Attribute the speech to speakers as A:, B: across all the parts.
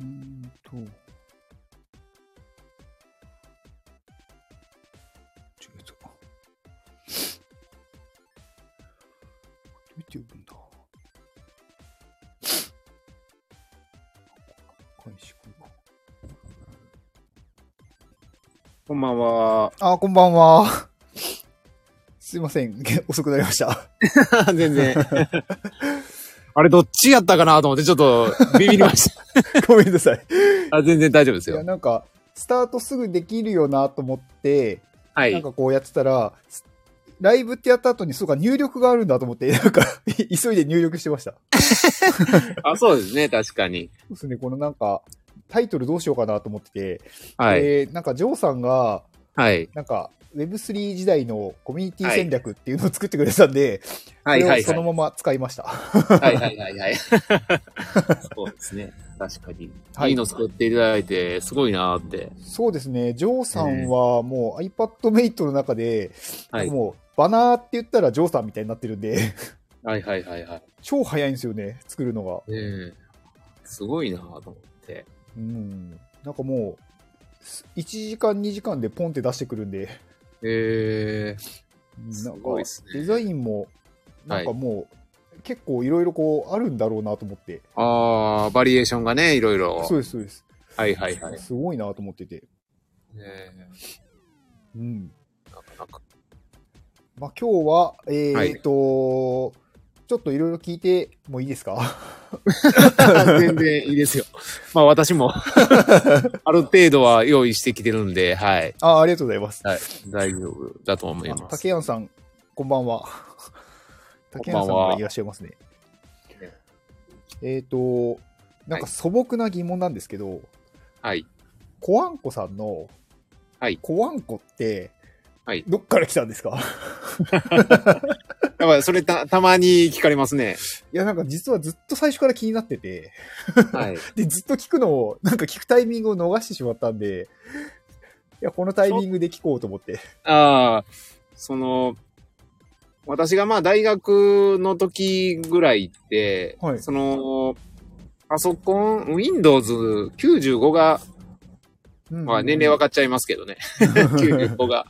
A: うーんと。ちょっと。どうやって呼ぶんだ開始これか
B: こんばんは。
A: あー、こんばんは。 すいません。 遅くなりました。
B: 全然。 あれ、どっちやったかなと思って、ちょっと、ビビりました。
A: ごめんなさい。
B: あ全然大丈夫です
A: いや、
B: よ。
A: なんか、スタートすぐできるよなと思って、
B: は
A: なん
B: い。
A: かこうやってたら、すライブってやった後に、そうか、入力があるんだと思って、なんか、 急いで入力してました。そ
B: あ、そうですね、確かに。
A: うですね、このなんか、タイトルどうしようかなと思ってて、
B: はい。
A: でなんか、ジョーさんが、
B: はい。
A: なんか、Web3 時代のコミュニティ戦略っていうのを作ってくれてたんで、
B: はい、はい、
A: それをそ
B: はい。
A: のまま使いました。
B: はい、はい、はい、はい。 そうですね。確かに。
A: はい
B: いいの作っていただいて、すごいなーって。
A: そうですね、ジョーさんはもう iPadMate の中で、
B: はい。
A: もうバナーって言ったらジョーさんみたいになってるんで、
B: はい、はい、はい、はい。
A: 超早いんですよね、作るのが。
B: ねえすごいなーと思って。
A: うん。なんかもう、す1時間、2時間でポンって出してくるんで、
B: え
A: うん
B: す
A: なんか
B: ごいっすね
A: デザインも、なんかもう、結構いろいろこうあるんだろうなと思って、
B: ー、あー、バリエーションがね、いろいろ。
A: そうです、そうです。
B: はい、はい、はい。ね
A: すごいなと思ってて。
B: え
A: うん。
B: なかなか。
A: まあ今日は、え
B: は
A: ー
B: い
A: っと、ちょっといろいろ聞いてもいいですか
B: 全然いいですよ。まあ私 も、ある程度は用意してきてるんで、はい。
A: あありがとうございます。
B: はい。大丈夫だと思い
A: あ
B: ま
A: 竹
B: す。
A: 山さん、こんばん は。竹山さん
B: こんばん
A: が
B: はい
A: らっしゃいますね
B: ね。
A: えっ、と、なんか素朴な疑問なんですけど、
B: はい。
A: コアンコさんの、
B: はい
A: コアンコって、
B: はい
A: どっから来たんですか
B: やっぱりそれた、たまに聞かれますね。
A: いや、なんか実はずっと最初から気になってて、
B: はい。
A: で、ずっと聞くのを、なんか聞くタイミングを逃してしまったんで、いや、このタイミングで聞こうと思って。
B: ああ、その、私がまあ大学の時ぐらいって、
A: はい
B: その、パソコン、Windows95 が、まあ年齢わ
A: か
B: かっちゃいますけ どね。
A: る。
B: 95が、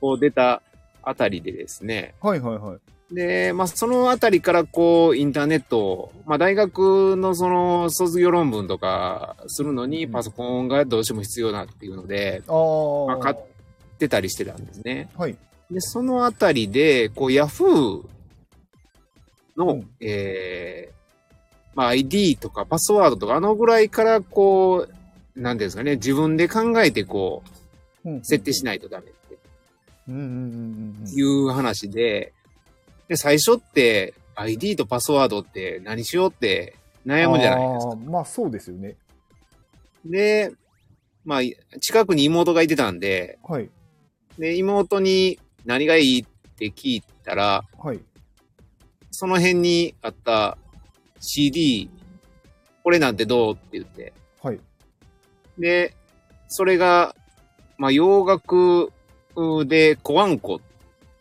B: こう出たあたりでですね。
A: はいはいはい。
B: で、まあ、そのあたりからこう、インターネットを、まあ、大学のその卒業論文とかするのに
A: うん
B: パソコンがどうしても必要なっていうので、
A: あー。
B: まあ、買ってたりしてたんですね。
A: はい。
B: で、そのあたりで、こう、ヤフーの、
A: うん
B: えーまあ、ID とかパスワードとか、あのぐらいからこう、なんていうんですかね、自分で考えてこう、設定し
A: い。
B: ないとダメって
A: うんうんうんうんうん。
B: いう話で、で、最初って ID とパスワードって何しようって悩むじゃないですか。
A: あーまあそうですよね。
B: で、まあ、い近くに妹がいてたんで、
A: はい。
B: で、妹に何がいいって聞いたら、
A: はい。
B: その辺にあった CD、これなんてどうって言って。
A: はい。
B: で、それが、まあ、洋楽で、コアンコっ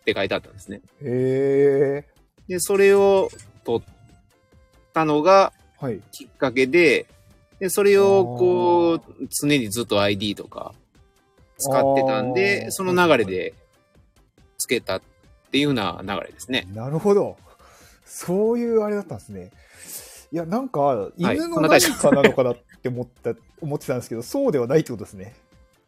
B: て書いてあったんですね。
A: え
B: で、それを取ったのが、
A: ー。はい。
B: きっかけで、で、それをこう、常にずっと ID とか使ってたん
A: あ
B: で
A: ー、
B: その流れでつけたっていうような流れですね。
A: なるほど。そういうあれだったんですね。いや、なんか、
B: い
A: 犬の
B: こんな大
A: 何
B: 丈夫
A: かなのかなって思った、思ってたんですけど、そうではないってことですね。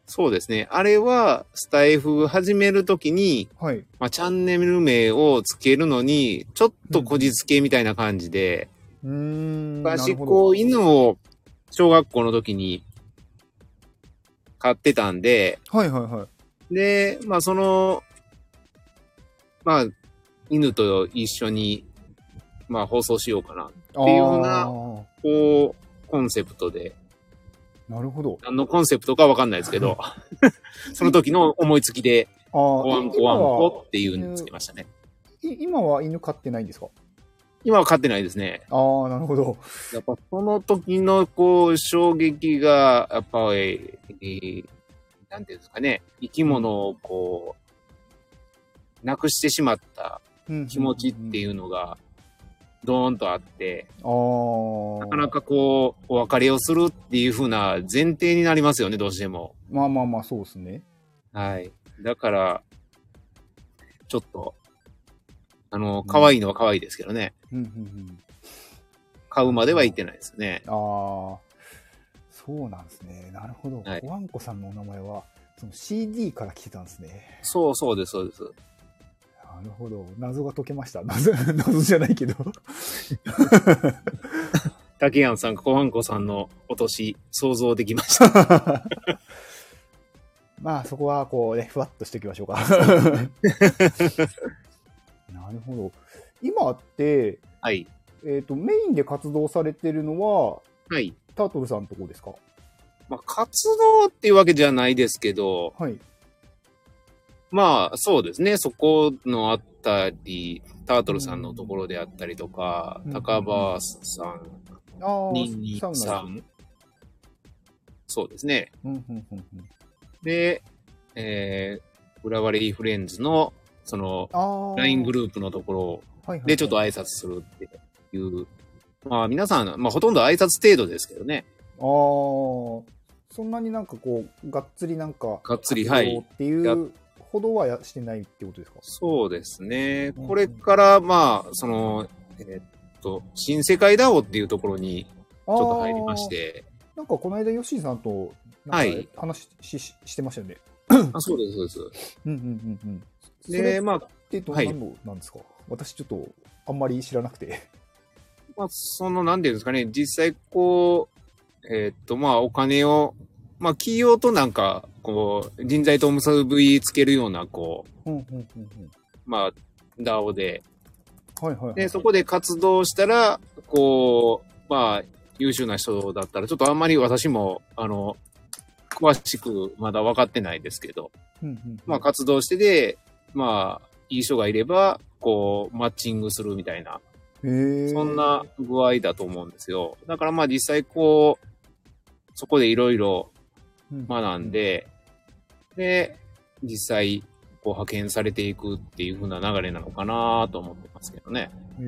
B: そうですね。あれは、スタイフ始めるときに、
A: はい。
B: まあ、チャンネル名をつけるのに、ちょっとこじつけみたいな感じで、
A: うーん。な
B: 昔
A: るほど
B: こう、犬を小学校の時に飼ってたんで、
A: はいはいはい。
B: で、まあその、まあ、犬と一緒に、まあ放送しようかな。
A: って
B: いうようなこう、コンセプトで、
A: なるほど。
B: 何のコンセプトかわかんないですけど、その時の思いつきで、
A: あー
B: コアン
A: 今
B: コワンコ
A: は
B: っていうのをつけましたね。
A: い今は犬飼ってないんですか
B: 今は飼ってないですね。
A: ああ、なるほど。。
B: やっぱその時のこう、衝撃が、やっぱり、えーなんていうんですかね、生き物をこう、なくしてしまった気持ちっていううのが、ドーンとあって、
A: あー
B: なかなかこう、お別れをするっていう風な前提になりますよね、どうしても。
A: まあまあまあ、そうですね。
B: はい。だから、ちょっと、あの、可愛いのは可愛いですけどね。
A: うんうんうん。
B: 買うまでは行ってないですね。
A: ああ、そうなんですね。なるほど。
B: はい
A: おわんこさんのお名前は、その CD から来てたんですね。
B: そうそうです、そうです。
A: なるほど。謎が解けました。謎、 謎じゃないけど。
B: 竹谷さん、小ンコさんのお年、想像できました。
A: まあそこはこうね、ふわっとしておきましょ うか。なるほど。今って、
B: はい。
A: えっ、と、メインで活動されてるのは、
B: はい。
A: タートルさんとこですか
B: まあ、活動っていうわけじゃないですけど、
A: はい。
B: まあ、そうですね。そこのあったり、タートルさんのところであったりとか、
A: うん
B: 高橋さん、
A: ああ
B: ニンニ、
A: サウナ
B: さ
A: ですね
B: ん。そうですね。
A: うんうんうんうん。
B: で、えー、浦和レイフレンズの、その、
A: ああ。
B: LINE グ
A: ル
B: ループのところ
A: ープ、はいはいはい
B: でちょっと挨拶するっていう。まあ、皆さん、まあ、ほとんど挨拶程度ですけどね。
A: あーそんなになんかこう、がっつりなんか、
B: がっつりはい
A: 活動っていうほどはやしてないってことですか
B: そうですね。
A: うん
B: これから、まあ、その、えーっと、新世界ダオっていうところにち
A: ちょ
B: ょっと入りまし。て。
A: なんかこの間、ヨッシーさんと、な
B: は
A: ん
B: い
A: か話し,し、ししてましたよね。
B: あそうです、そうで
A: うんうんうんうん。
B: す。
A: それ
B: で、まあ、
A: ってどん
B: はい
A: なのなんですか、私ちょっと、あんまり知らなくて。
B: まあ、その、なんていうんですかね、実際こう、えーっと、まあ、お金を、まあ、企業となんか、こう、人材と結びつけるような、こう、
A: うんうんうんうん。
B: まあ、ダオで、
A: はいはい、はい。
B: で、そこで活動したら、こう、まあ、優秀な人だったら、ちょっとあんまり私も、あの、詳しくまだ分かってないですけど、
A: うんうんうん、
B: まあ、活動してで、まあ、いい人がいれば、こう、マッチングするみたいな、
A: へー
B: そんな具合だと思うんですよ。だからまあ、実際こう、そこでいろいろ学ん、で、で、実際、こう、派遣されていくっていう風な流れなのかなと思ってますけどね。
A: うん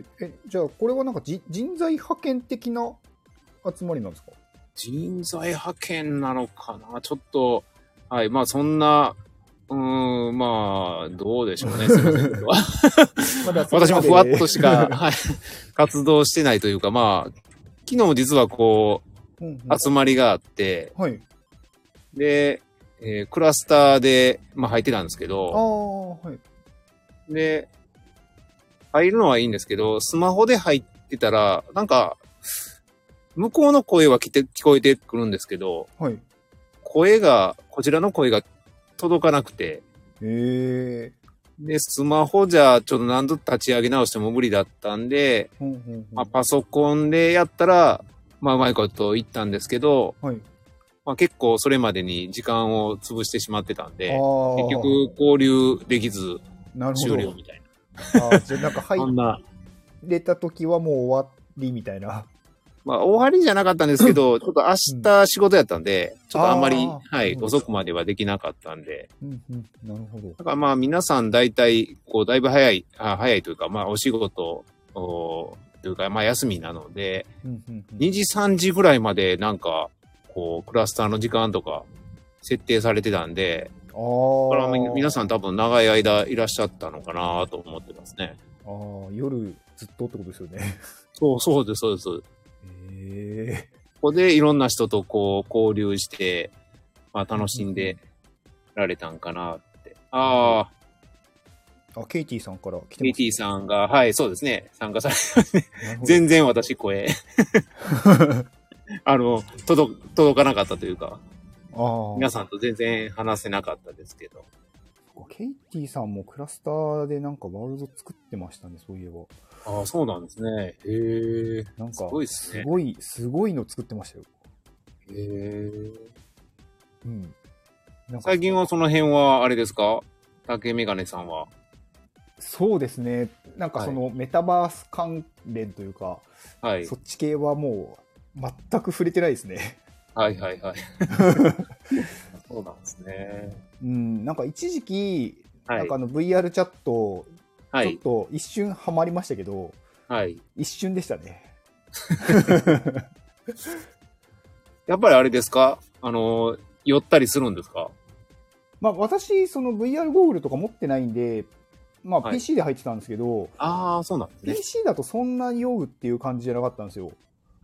A: へえ。え、じゃあ、これはなんかじ人材派遣的な集まりなんですか
B: 人材派遣なのかなちょっと、はい、まあそんな、うーん、まあ、どうでしょうね。すいません
A: まだそこまで
B: 私もふわっとしか、はい、活動してないというか、まあ、昨日実はこ
A: うんうん
B: う、集まりがあって、
A: はい。
B: で、えークラスターで、まあ入ってたんですけ
A: あ
B: ど、
A: あ、はい。
B: で、入るのはいいんですけど、スマホで入ってたら、なんか、向こうの声は聞て聞こえてくるんですけど、
A: はい。
B: 声が、こちらの声が届かなくて、
A: へえ。
B: で、スマホじゃちょっと何度立ち上げ直しても無理だったんで、
A: うんうんうん
B: まあ、パソコンでやったら、まあうまいこと言ったんですけど、
A: はい。
B: まあ結構それまでに時間を潰してしまってたんで、
A: 結
B: 結局、交流できず
A: なるほ
B: 終了
A: ど。
B: みたいな。
A: あーじゃあなんか
B: そん
A: 入
B: な、
A: れた時はもう終わりみたいな。
B: まあ終わりじゃなかったんですけど、ちょっと明日仕事やったんで、ちょっとあんまり
A: あ、ー
B: はい、
A: うん
B: 遅くまではできなかったんで、
A: うんうん。なるほど。
B: だからまあ皆さん大体、こう、だいぶ早い、あ早いというか、まあお仕事おというか、まあ休みなので、
A: うんうんうん
B: 2時3時ぐらいまでなんか、こう、クラスターの時間とか設定されてたんで、
A: あー
B: これはみ皆さん多分長い間いらっしゃったのかなと思ってますね。
A: あー夜ずっとってことですよね。
B: そうそうです、そうです。こ
A: へ
B: こでいろんな人とこう交流して、まあ楽しんでられたんかなって。ああ、
A: ーあ、ケイティさんから来て
B: ミ
A: ま
B: ーティ
A: す。
B: さんが、はい、そうですね、参加され
A: なるほど
B: 全然私声、 あの、届、届かなかったというか、
A: あ
B: 皆
A: あ。
B: さんと全然話せなかったですけど。
A: ケイティさんもクラスターでなんかワールド作ってましたね、そういえば。
B: ああ、そうなんですね。へえ。
A: なんか、
B: すごいっすね
A: すごい、すごいの作ってましたよ。
B: へえ。
A: うん。なんか
B: 最近はその辺は、あれですか竹メガネさんは。
A: そうですね。なんかそのメタバース関連というか、
B: はい。
A: そっち系はもう全く触れてないですね。
B: はいはい はい。そうなんですね。
A: うん、なんか一時期、
B: は
A: なん
B: い
A: かあ。の VR チャット、
B: は
A: ちょっ
B: い。
A: と一瞬ハマりましたけど、
B: はい。
A: 一瞬でしたね。
B: やっぱりあれですかあの、寄ったりするんですか
A: まあ私、その VR ゴーグルとか持ってないんで、まあ
B: はい
A: PC で入ってたんですけど、
B: ああ、そうなんですね。
A: PC だとそんなに酔うっていう感じじゃなかったんですよ。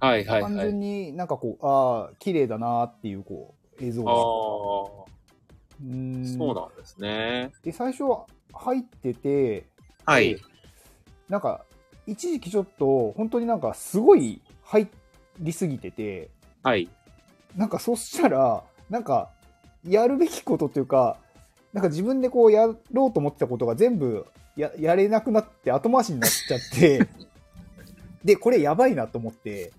B: はいはい
A: 単
B: はい。
A: 純になんかこう、ああ、綺麗だなーっていうこう、映像
B: ああ、
A: が。うーん
B: そうなんですね。
A: で、最初は入ってて、
B: はい。
A: なんか、一時期ちょっと、本当になんかすごい入りすぎてて、
B: はい。
A: なんかそしたら、なんか、やるべきことっていうか、なんか自分でこうやろうと思ってたことが全部ややれなくなって後回しになっちゃ って、で、これやばいなと思って、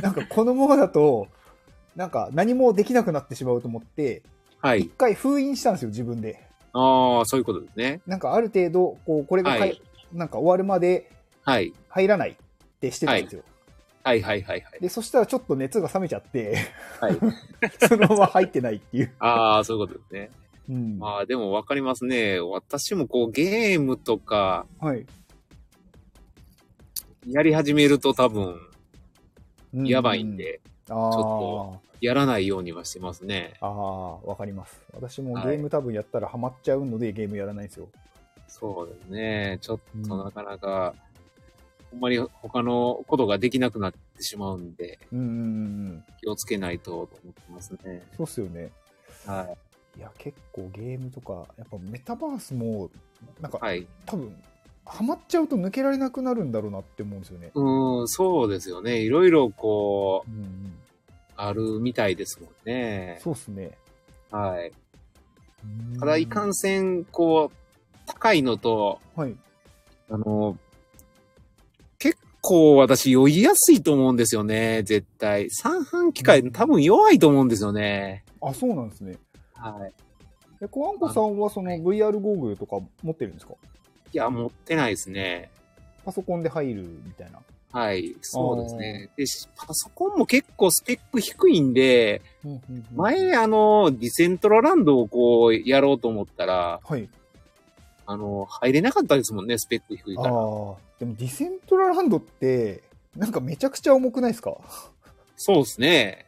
A: なんかこのままだと、なんか何もできなくなってしまうと思って、
B: はい
A: 一。回封印したんですよ、自分で。
B: ああ、そういうことですね。
A: なんかある程度、こう、これがかい、
B: はい
A: なんか終わるまで
B: はい。
A: 入らないってしてたんですよ。
B: はいはいはいはい。
A: で、そしたらちょっと熱が冷めちゃって、
B: はい、
A: そのまま入ってないっていう。
B: ああ、そういうことですね。
A: うん。
B: まあでもわかりますね。私もこうゲームとか
A: はい。
B: やり始めると多分やばいんで、
A: うん。ああ
B: ちょやらないようにはしてますね。
A: ああ、わかります。私も
B: はい
A: ゲーム多分やったらハマっちゃうので、ゲームやらないんですよ。
B: そうですね。ちょっ
A: う
B: と
A: ん
B: なかなか、ほんまに他のことができなくなってしまうんで、
A: うんうんうんうん。
B: 気をつけないとと思ってますね。
A: そうっすよね。
B: はい
A: や、結構ゲームとか、やっぱメタバースも、なんか、
B: い。はい。
A: 多分、ハマっちゃうと抜けられなくなるんだろうなって思うんですよね。
B: うーん、そうですよね。いろいろこ
A: うんうん。
B: う、あるみたいですもんね。
A: そうっすね。
B: はい。
A: うん
B: ただ、いかんせん、こう、高いのと、
A: はい。
B: あの、結構私酔いやすいと思うんですよね、絶対。三半機械、
A: うん
B: 多分弱いと思うんですよね。
A: あ、そうなんですね。
B: はい。
A: え、コアンコさんはその VR ゴーグルとか持ってるんですか
B: いや、持ってないですね。
A: パソコンで入るみたいな。
B: はい、そうですね。で、しパソコンも結構スペック低いんで、
A: うんうんうん
B: 前、あの、ディセントラランドをこう、やろうと思ったら、
A: はい。
B: あの、入れなかったですもんね、スペック低い
A: あ
B: か
A: あ
B: ら。
A: ーでもディセントラランドってなんかめちゃくちゃ重くないです か
B: そうですね。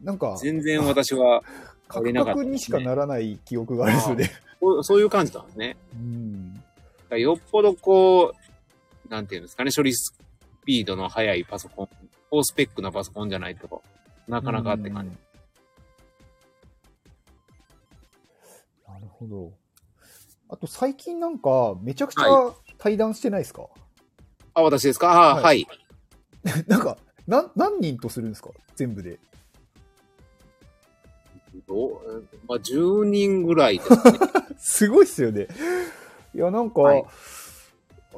A: なんか
B: 全然私は、
A: カ
B: 入れ
A: ク
B: な
A: カ
B: かった
A: ク
B: で
A: に
B: す
A: し
B: ね
A: かならない記憶があるんですよね。
B: そうそういう感じなんですね。
A: うん
B: だからよっぽどこう、なんていうんですかね、処理スピードの速いパソコン、高スペックなパソコンじゃないと、なかなかって感じ。
A: うんなるほど。あと最近なんかめちゃくちゃ対談してないですか、
B: あ、私ですかあー、
A: は
B: はい。
A: なんかなん何人とするんですか全部で。
B: どうまあ、10人ぐらいですね。
A: すごいっすよね。いや、なんか、
B: はい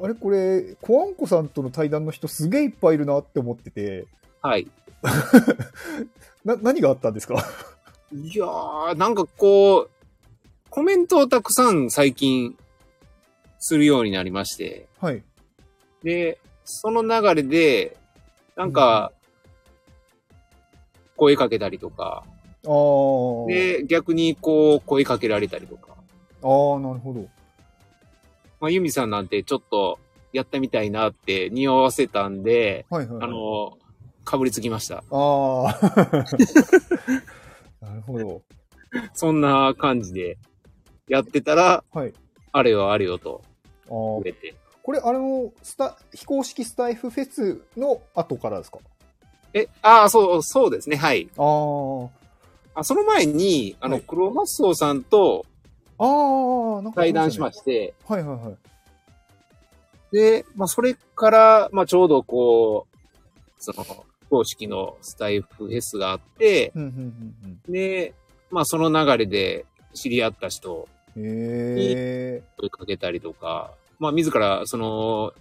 A: あれこれ、コアンコさんとの対談の人すげえいっぱいいるなって思ってて、
B: はい。
A: な、何があったんですか
B: いやー、なんかこう、コメントをたくさん最近するようになりまして、
A: はい。
B: で、その流れで、なんか、声かけたりとか、
A: あー。
B: で、逆にこう、声かけられたりとか、
A: あー、なるほど。
B: まあ、ユミさんなんてちょっとやってみたいなって匂わせたんで、
A: はいはい、はい。
B: あの、かぶりつきました。
A: あー。なる ほど。
B: そんな感じでやってたら、
A: はい。
B: あれよあれよと
A: あー
B: 増。えて。
A: これ、あの、スタ、非公式スタイフフェスの後からですか
B: え、ああ、そう、そうですね、はい。
A: あー。
B: あその前に、あの、
A: はい
B: 黒マスオさんと
A: あー、なんか、
B: 対談しまして、
A: た。はいはいはい。
B: で、まあ、それから、まあ、ちょうどこう、その、公式のスタイフフェスがあって、
A: うんうん
B: で、まあ、その流れで知り合った人
A: うんうん。えー。
B: 追いかけたりとか、まあ、自ら、その、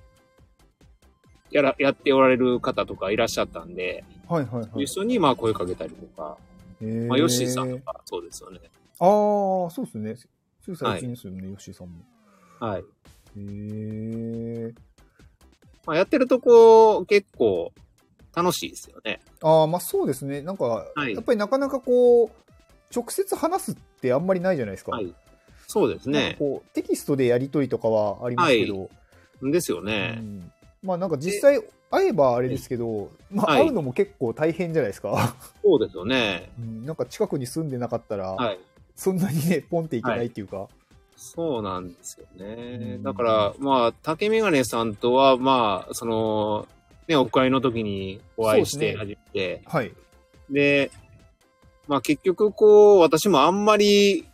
B: やら、やっておられる方とかいらっしゃったんで、
A: はいはいはい。
B: 一緒に、まあ、声かけたりとか、
A: えー
B: まあ、ヨッシーさんとか、そうですよね。
A: ああ、そうですね。9
B: はい
A: 歳1年ですよね、ヨッシーさんも。
B: はい。
A: へえ。
B: まあ、やってるとこ、結構、楽しいですよね。
A: ああ、まあそうですね。なんか、
B: い
A: やっぱりなかなかこう、直接話すってあんまりないじゃないですか。
B: はい。そうです
A: なん
B: ね
A: か。こうテキストでやりとりとかはありますけど、
B: ですよ
A: う
B: ね。
A: んまあなんか実際会えばあれですけど、まあ
B: はい
A: 会うのも結構大変じゃないですか。
B: そうですよね。
A: うんなんか近くに住んでなかったら、
B: はい。
A: そんなにね、ポンっていけないっていうか。
B: そうなんですよね
A: う。ん
B: だから、まあ、竹メガネさんとは、まあ、その、ね、オフ会の時にお会いして
A: そう
B: 初めて、
A: はい。
B: で、まあ結局こう、私もあんまり、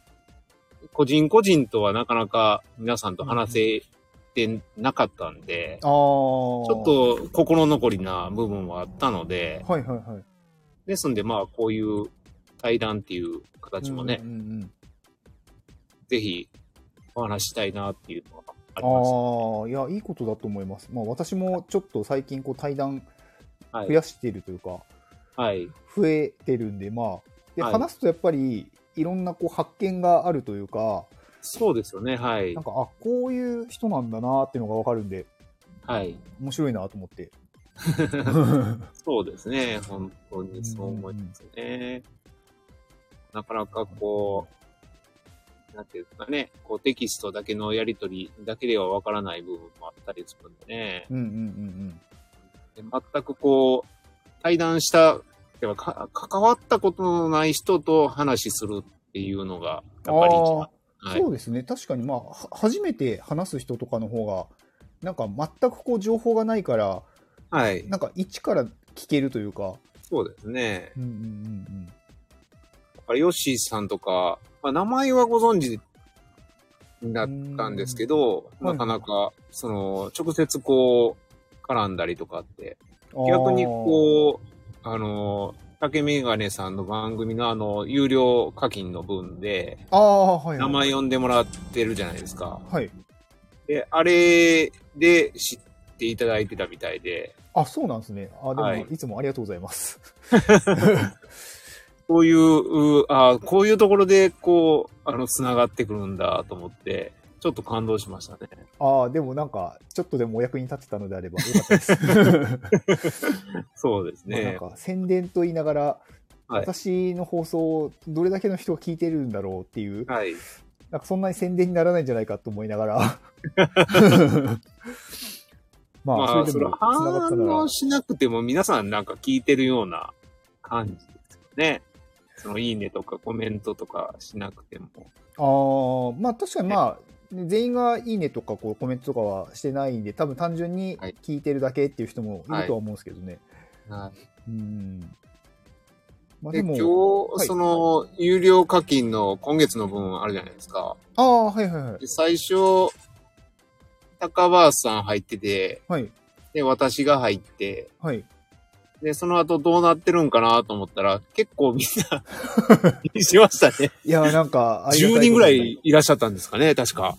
B: 個人個人とはなかなか皆さんと話せてなかったんで、
A: ああ。ちょ
B: ちょっ。と心残りな部分はあったので、
A: はいはいはい。
B: ですんでまあこういう対談っていう形もね、
A: うんうんうん
B: ぜひお話ししたいなっていうのはありま
A: あ
B: す。
A: あ、いや、いいことだと思います。まあ、私もちょっと最近、こう、対談
B: はい
A: 増やしているというか、
B: はい。
A: 増えてるんで、まあ、で、
B: はい
A: 話すとやっぱり、いろんなこう発見があるというか、
B: そうですよね。はい
A: なん。か、あ、こういう人なんだなっていうのがわかるんで、
B: はい。
A: 面白いなと思 って。
B: そうですね。本当にそう思いますね。なかなかこう、なんていうかね、こうテキストだけのやりとりだけではわからない部分もあったりするんでね。
A: うんうんうん
B: で全くこう、対談した、ではか関わったことのない人と話しするっていうのが、やっぱり一
A: あ
B: 番
A: うん。
B: はい
A: そうですね。確かに、まあ、は初めて話す人とかの方が、なんか全くこう情報がないから、
B: はい。
A: なんか一から聞けるというか。
B: そうですね。
A: うんうんうん
B: やっぱりヨッシーさんとか、まあ、名前はご存知になっ
A: うん。
B: ったんですけど、
A: うんはい
B: なかなか、その、直接こう、絡んだりとかって、
A: あー、
B: 逆にこう、あの、竹メガネさんの番組のあの、有料課金の分で、
A: ああ、はい、は
B: 名
A: い。
B: 前呼んでもらってるじゃないですか。
A: はい。
B: で、あれで知っていただいてたみたいで、
A: あ、そうなんですね。あ、でも、
B: はい
A: い、つもありがとうございます。
B: こういう、うあこういうところで、こう、あの、繋がってくるんだと思って、ちょっと感動しましたね。
A: ああ、でもなんか、ちょっとでもお役に立てたのであればよかった です。
B: そうです
A: まあなん
B: ね。
A: か、宣伝と言いながら、
B: はい
A: 私の放送をどれだけの人が聞いてるんだろうっていう、
B: はい。
A: なんかそんなに宣伝にならないんじゃないかと思いなが ら。まあ、
B: まあ、
A: そ
B: そ
A: れで
B: れ
A: も繋がった
B: 反
A: なら
B: 応。しなくても皆さんなんか聞いてるような感じですよね。そのいいねとかコメントとかしなくても。
A: あーまあ確かにまあ、全員がいいねとかこうコメントとかはしてないんで、多分単純に
B: はい
A: 聞いてるだけっていう人もいるとは思うんですけどね。うん。まあ
B: で
A: で
B: 今
A: も、
B: 日、
A: はい
B: その有料課金の今月の分あるじゃないですか。
A: ああ、はいはいはい
B: で。最初、高林さん入ってて、
A: はい、
B: で、私が入って、
A: はい。
B: で、その後どうなってるんかなと思ったら、結構みん な、しましたね。
A: いや、なんか、 ありが
B: 10
A: た
B: 人
A: こ
B: ぐ
A: と
B: ら
A: に
B: いいらっしゃったんですかね、確か。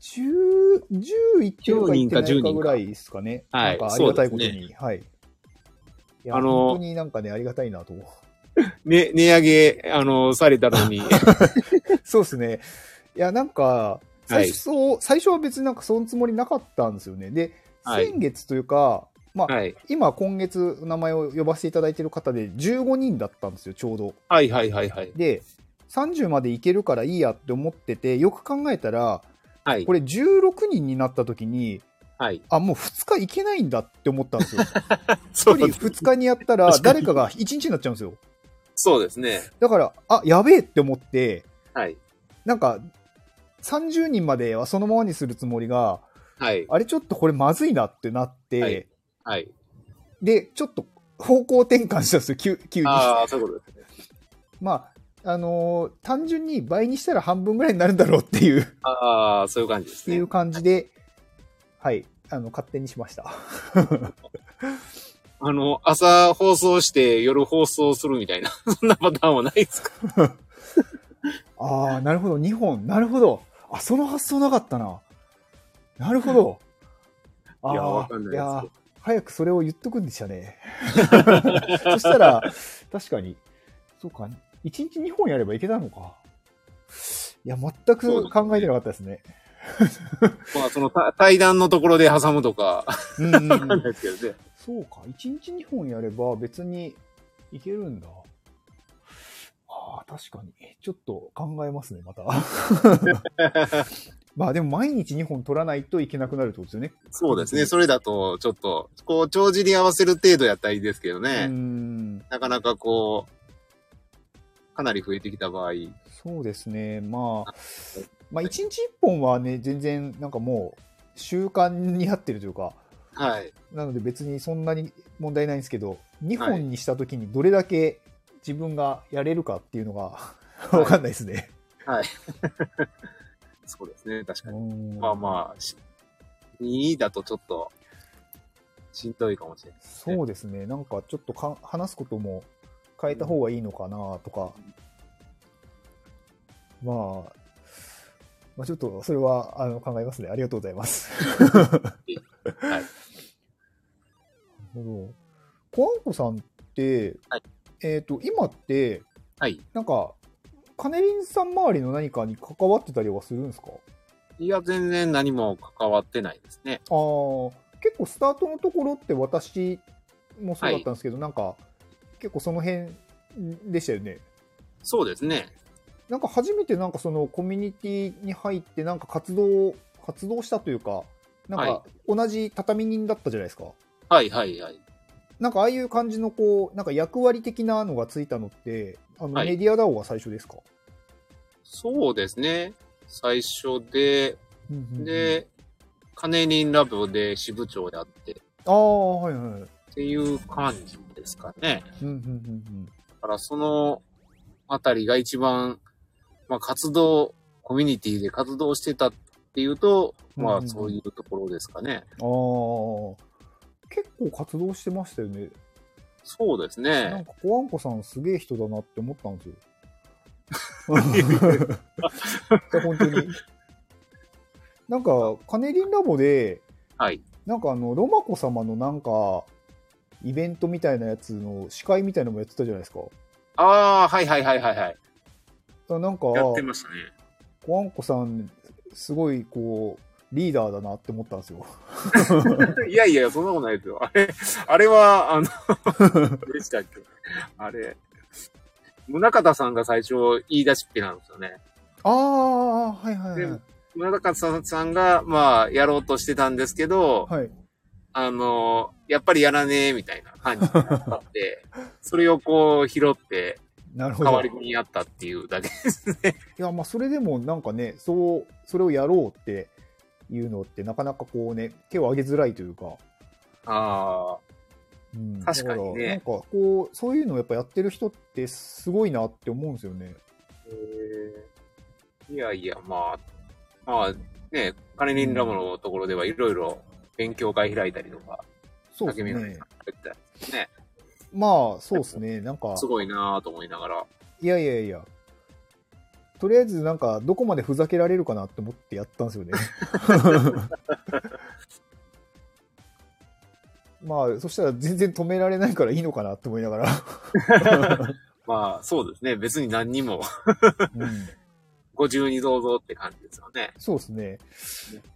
A: 10 10いってるかいってない
B: 10人か
A: かぐらいですかね。
B: は
A: な
B: い
A: んかありがたいこと
B: そう
A: に。はい。いや、
B: あの
A: 本当になんかね、ありがたいなと。
B: ね、値上げ、あの、されたの に。
A: そうですね。いや、なんか、最初、最初は別になんかそのつもりなかったんですよね。で、
B: はい
A: 先月というか、まあ、
B: はい。
A: 今今月名前を呼ばせていただいてる方で15人だったんですよ、ちょうど。
B: はいはいはいはい。
A: で、30までいけるからいいやって思ってて、よく考えたら、
B: はい
A: こ。れ16人になった時に、
B: はい。
A: あ、もう2日いけないんだって思ったんです よ。
B: そ
A: 一人2日にやったら
B: 確かに
A: 誰かが1日になっちゃうんですよ
B: そうですね。
A: だからあやべえって思って
B: はい。
A: なんか30人まではそのままにするつもりが
B: はい。
A: あれちょっとこれまずいなってなって、
B: はいはい。
A: でちょっと方向転換したんですよ急急に
B: ああ、そういうことですね。
A: まああのー単純に倍にしたら半分ぐらいになるんだろうっていうっ
B: ああ、そういう感じです
A: てい
B: ね
A: う。感じではいあの勝手にしました
B: あの、朝放送して夜放送するみたいな、 そんなパターンはないですか
A: ああなるほど2本なるほどあその発想なかったななるほど
B: いや、
A: あー
B: わかんない
A: い
B: で
A: や
B: すけど。
A: 早くそれを言っとくんでしたね。 そしたら、確かに、そうか、1日2本やればいけたのか。いや、全く考えてなかったですね。
B: まあ、そのた対談のところで挟むとか、
A: うんうん
B: わ
A: う
B: かん
A: ん
B: ないですけどね。
A: そうか、1日2本やれば別にいけるんだ。 ああ、確かに。ちょっと考えますね、また。まあでも毎日2本取らないといけなくなるってことですよね。
B: そうですね。それだと、ちょっと、こう、帳尻合わせる程度やったらいいですけど
A: う
B: ね。
A: ーん。
B: なかなかこう、かなり増えてきた場合、
A: そうですね。まあ、まあ1日1本はね、全然なんかもう習慣になってるというか、
B: はい。
A: なので別にそんなに問題ないんですけど、2
B: はい
A: 本にしたときにどれだけ自分がやれるかっていうのが わかんないですね。
B: そうですね、確か
A: う
B: に。
A: ん
B: まあまあし、2だとちょっと、しんどいかもしれない。
A: そうですね。なんかちょっとか話すことも変えた方がいいのかなとか。まあ、まあちょっとそれはあの考えますね。ありがとうございます。
B: はい。
A: なるほど。コアンコさんって、
B: はい
A: えっ、と、今って、
B: はい。
A: なんか、カネリンさん周りの何かに関わってたりはするんですか
B: いや、全然何も関わってないですね。
A: あー結構スタートのところって私もそうだったんですけど、なんか結構その辺でしたよね
B: そうですね。
A: なんか初めてなんかそのコミュニティに入ってなんか活動活動したというかなん
B: はい
A: か同じ畳人だったじゃないですか、
B: はいはいはい。
A: なんかああいう感じのこうなんか役割的なのがついたのってあの
B: はい
A: メディアダオが最初ですか、
B: そうですね。最初で、
A: うんうんうん
B: で、カネリンラブで支部長やってっ
A: ああはいはい
B: ていう感じですかね。
A: うんうんうん
B: だからそのあたりが一番、まあ活動、コミュニティで活動してたっていうと、
A: うん
B: ま
A: うんう
B: あ
A: ん
B: そういうところですかね。
A: うんああ結構活動してましたよね
B: そうです
A: なん
B: ね。
A: か、コアンコさんすげえ人だなって思ったん ですよ。いや、本当に。なんか、カネリンラボで、
B: はい。
A: なんかあの、ロマコ様のなんか、イベントみたいなやつの司会みたいなのもやってたじゃないですか。だか
B: ああ、はいはいはいはいはい。
A: らなんか、
B: やってましたね。
A: コアンコさん、すごいこう、リーダーだなって思ったんです よ。
B: いやいや、そんなことないですよ。あれ、あれは、あの、でしたっけあれ、宗方さんが最初言い出しっぺなんですよね。
A: ああ、はいはいはい。
B: 宗方さんが、まあ、やろうとしてたんですけど、
A: はい。
B: あの、やっぱりやらねえ、みたいな感じになったって、それをこう拾って、
A: なるほ
B: 代
A: ど。
B: わりにやったっていうだけ。
A: いや、まあ、それでもなんかね、そう、それをやろうっていうのって、なかなかこうね、手を挙げづらいというか、
B: ああ、
A: うん、
B: 確かにね
A: だらなんかこう、そういうのをやっぱやってる人ってすごいなって思うんですよね。
B: えーいやいや、まあ、まあね、カネリンラボのところではいろいろ勉強会開いたりとか、
A: そうです
B: 竹宮
A: ね
B: さん。やってたり
A: まあ、そうですね。なんか、
B: すごいなぁと思いながら。
A: いやいやいや。とりあえずなんか、どこまでふざけられるかなって思ってやったん ですよね。 まあ、そしたら全然止められないからいいのかなって思いながら。
B: まあ、そうですね。別に何にも、
A: うん
B: ご自由にどうぞって感じですよね。
A: そうですね。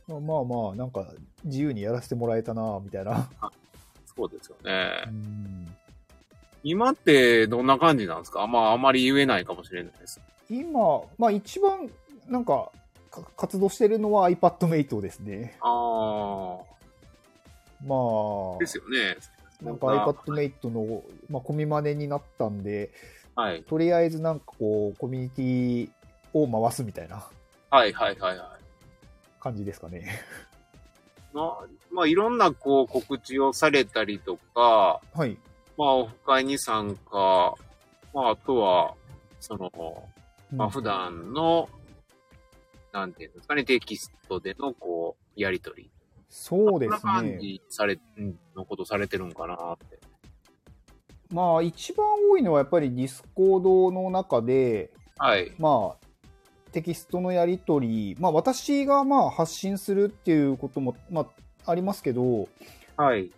A: まあまあまあ、なんか自由にやらせてもらえたな、みたいな。
B: そうですよね。
A: うん
B: 今ってどんな感じなんですかまあ、あまり言えないかもしれないです。
A: 今、まあ一番、なんか、か活動してるのは iPadMate ですね。
B: ああ。
A: まあ、
B: ですよね。
A: なんか iPadMate の、まあ、コミマネになったんで、
B: はい。
A: とりあえずなんかこう、コミュニティを回すみたいな
B: はいはいはいは
A: 感じですかね。
B: い。なまあ、いろんなこう告知をされたりとか、
A: はい。
B: まあ、オフ会に参加、まあ、あとは、その、まあ、普段の、なんていうんですかね、テキストでのこう、やりとり。
A: そうで
B: こんな
A: す
B: 感
A: ね。
B: じされ、うんのことされてるんかなって。
A: まあ一番多いのはやっぱりディスコードの中で、
B: はい。
A: まあ、テキストのやり取り、まあ、私がまあ発信するっていうことも、まあ、ありますけど
B: はい。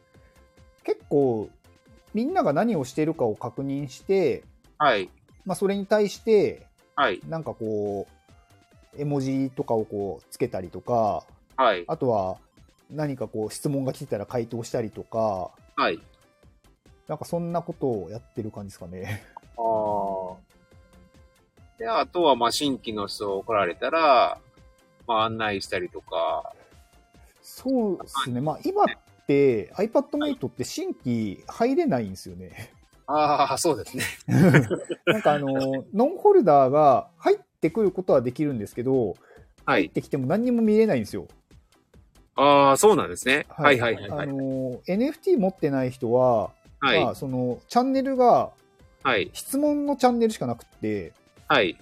A: 結構みんなが何をしてるかを確認して、
B: はい。
A: まあ、それに対して
B: はい。
A: なんかこう絵文字とかをこうつけたりとか
B: はい。
A: あとは何かこう質問が来てたら回答したりとか
B: はい。
A: なんかそんなことをやってる感じですかね。
B: ああ。で、あとは、まあ、新規の人が来られたら、まあ、案内したりとか、
A: そうですね。まあ、今って、iPadMate って新規入れないんですよね。
B: ああ、そうですね。
A: なんかあの、ノンホルダーが入ってくることはできるんですけど、
B: は
A: 入っ
B: い。
A: てきても何にも見れないんですよ。
B: ああ、そうなんですね。はいはいはいは
A: あ
B: い。
A: の、NFT 持ってない人は、
B: は
A: まあ、
B: い。
A: その、チャンネルが、
B: はい。
A: 質問のチャンネルしかなくって、
B: はい。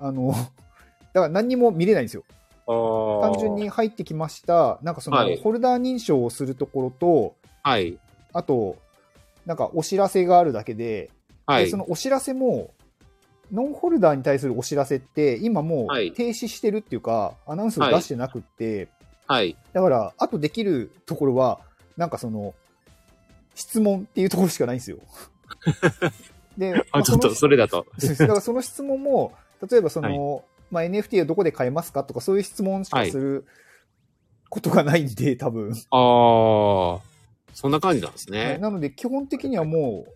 A: あの、 だから何にも見れないんですよ。
B: 単
A: 単純。に入ってきました、なんかその、
B: はい
A: ホルダー認証をするところと、
B: はい。
A: あと、なんかお知らせがあるだけで、
B: は
A: で
B: い
A: そ。のお知らせも、ノンホルダーに対するお知らせって、今も
B: は
A: う
B: い
A: 停止してるっていうか、アナウンスを出してなくって、
B: はい。
A: だから、あとできるところは、なんかその、質問っていうところしかないん ですよ。で、ま
B: あ、
A: あ
B: ちょっ
A: そ
B: と、
A: の
B: それだと。
A: そうですだからその質問も、例えばその、まあ、NFT をどこで買えますかとか、そういう質問しかすることがないんで、多分。
B: ああ、そんな感じなんです
A: はい
B: ね。
A: なので、基本的にはもう、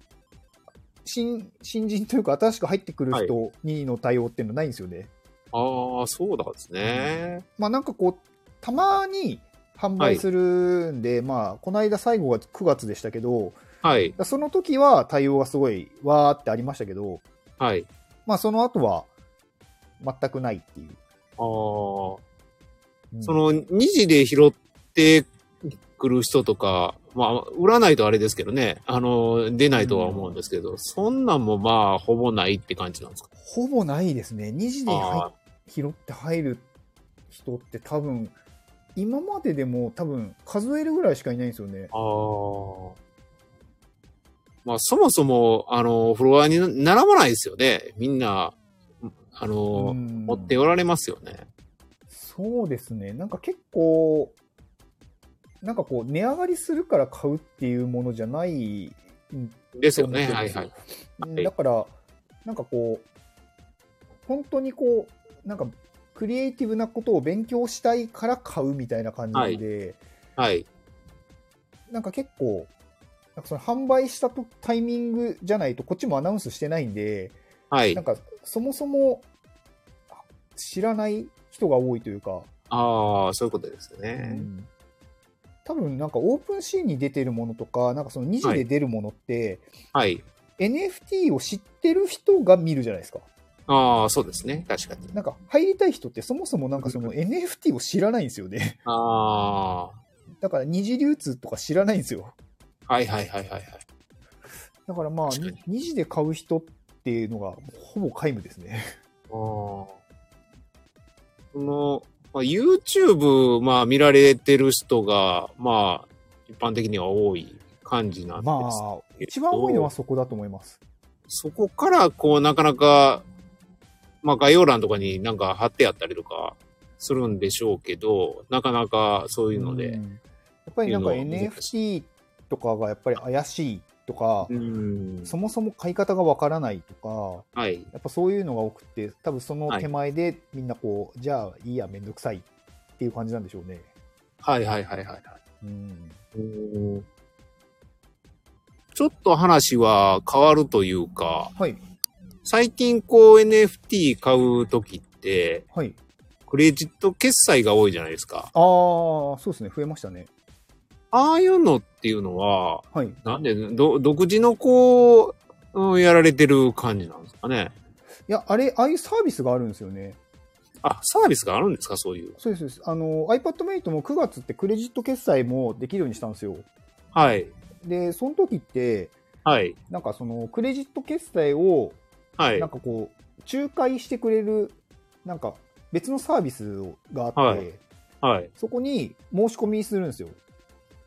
A: 新新人というか、新しく入ってくる人にの対応っていうのはないんですよね。
B: ああ、そうなんですね。
A: まあ、なんかこう、たまに販売するんで、まあ、この間最後が9月でしたけど、
B: はい。
A: その時は対応がすごい、わーってありましたけど、
B: はい。
A: まあ、その後は、全くないっていう。
B: ああ、そ
A: うん
B: の、2時で拾ってくる人とか、まあ、売らないとあれですけどね、あの、出ないとは思うんですけど、そんなんもまあ、ほぼないって感じなんですか。
A: ほぼないですね。2時で入
B: あ
A: 拾って入る人って多分、今まででも多分数えるぐらいしかいないんですよね
B: あ。ー。まあ、そもそも、あの、フロアに並ばないですよね。みんな、あの、
A: うん
B: 持っておられますよね。
A: そうですね。なんか結構、なんかこう、値上がりするから買うっていうものじゃない
B: ですよね。
A: そうな
B: は
A: んで
B: い
A: すよ
B: はい。
A: うん
B: はい
A: だから、なんかこう、本当にこう、なんか、クリエイティブなことを勉強したいから買うみたいな感じなんで、
B: はい。
A: なんか結構、なんかその販売したとタイミングじゃないと、こっちもアナウンスしてないんで、
B: はい
A: なん。かそもそもあ知らない人が多いというか、
B: ああ、そういうことですよね。
A: うん多分なんかオープンシーンに出てるものとか、なんかその2時で出るものって、
B: はい。
A: NFT を知ってる人が見るじゃないですか。
B: ああ、そうですね。確かに。
A: なんか入りたい人ってそもそもなんかその NFT を知らないんですよね。
B: あ
A: だから二次流通とか知らないんですよ。
B: あ、はいはいはいはいはい。
A: だからまあ、
B: 確かに
A: 2時で買う人っていうのがほぼ皆無ですね。
B: ああ。この、まあ、YouTube、まあ見られてる人が、まあ、一般的には多い感じなんです。
A: まあ、一番多いのはそこだと思います。
B: そこから、こう、なかなか、まあ概要欄とかになんか貼ってあったりとかするんでしょうけど、なかなかそういうので
A: ん。やっぱりなんか
B: いうのは難
A: NFT とかがやっぱり怪しいとか、
B: うん。
A: そもそも買い方がわからないとか、
B: はい。
A: やっぱそういうのが多くて、多分その手前でみんなこう、じゃあいいや、めんどくさいっていう感じなんでしょうね。
B: はいはいはいはい。
A: うん。
B: ちょっと話は変わるというか、
A: はい、
B: 最近こう NFT 買うときって、
A: はい。
B: クレジット決済が多いじゃないですか。
A: ああ、そうですね、増えましたね。
B: ああいうのっていうのは、
A: はい。
B: なんで、ど独自のこう、うんやられてる感じなんですかね。
A: いや、あれ、ああいうサービスがあるんですよね。
B: あ、サービスがあるんですかそういう。
A: そうです、そうです。あの、iPadMate も9月ってクレジット決済もできるようにしたんですよ。
B: はい。
A: で、その時って、
B: はい。
A: なんかその、クレジット決済を
B: はい
A: なん。かこう、仲介してくれる、なんか別のサービスがあって、
B: はいはい。
A: そこに申し込みするんですよ。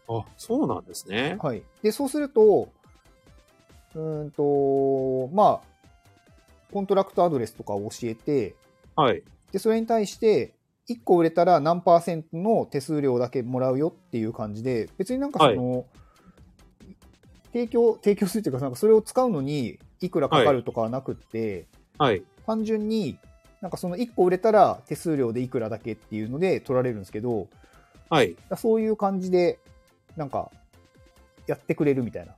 B: あ、そうなんですね。
A: はい。で、そうすると、うーんと、まあ、コントラクトアドレスとかを教えて、
B: はい。
A: で、それに対して、1個売れたら何パーセントの手数料だけもらうよっていう感じで、別になんかその、提供、提供するというか、なんかそれを使うのにいくらかかるとかはなくって、
B: はい。
A: 単純に、なんかその1個売れたら手数料でいくらだけっていうので取られるんですけど、
B: はい。
A: そういう感じで、なんか、やってくれるみたいな。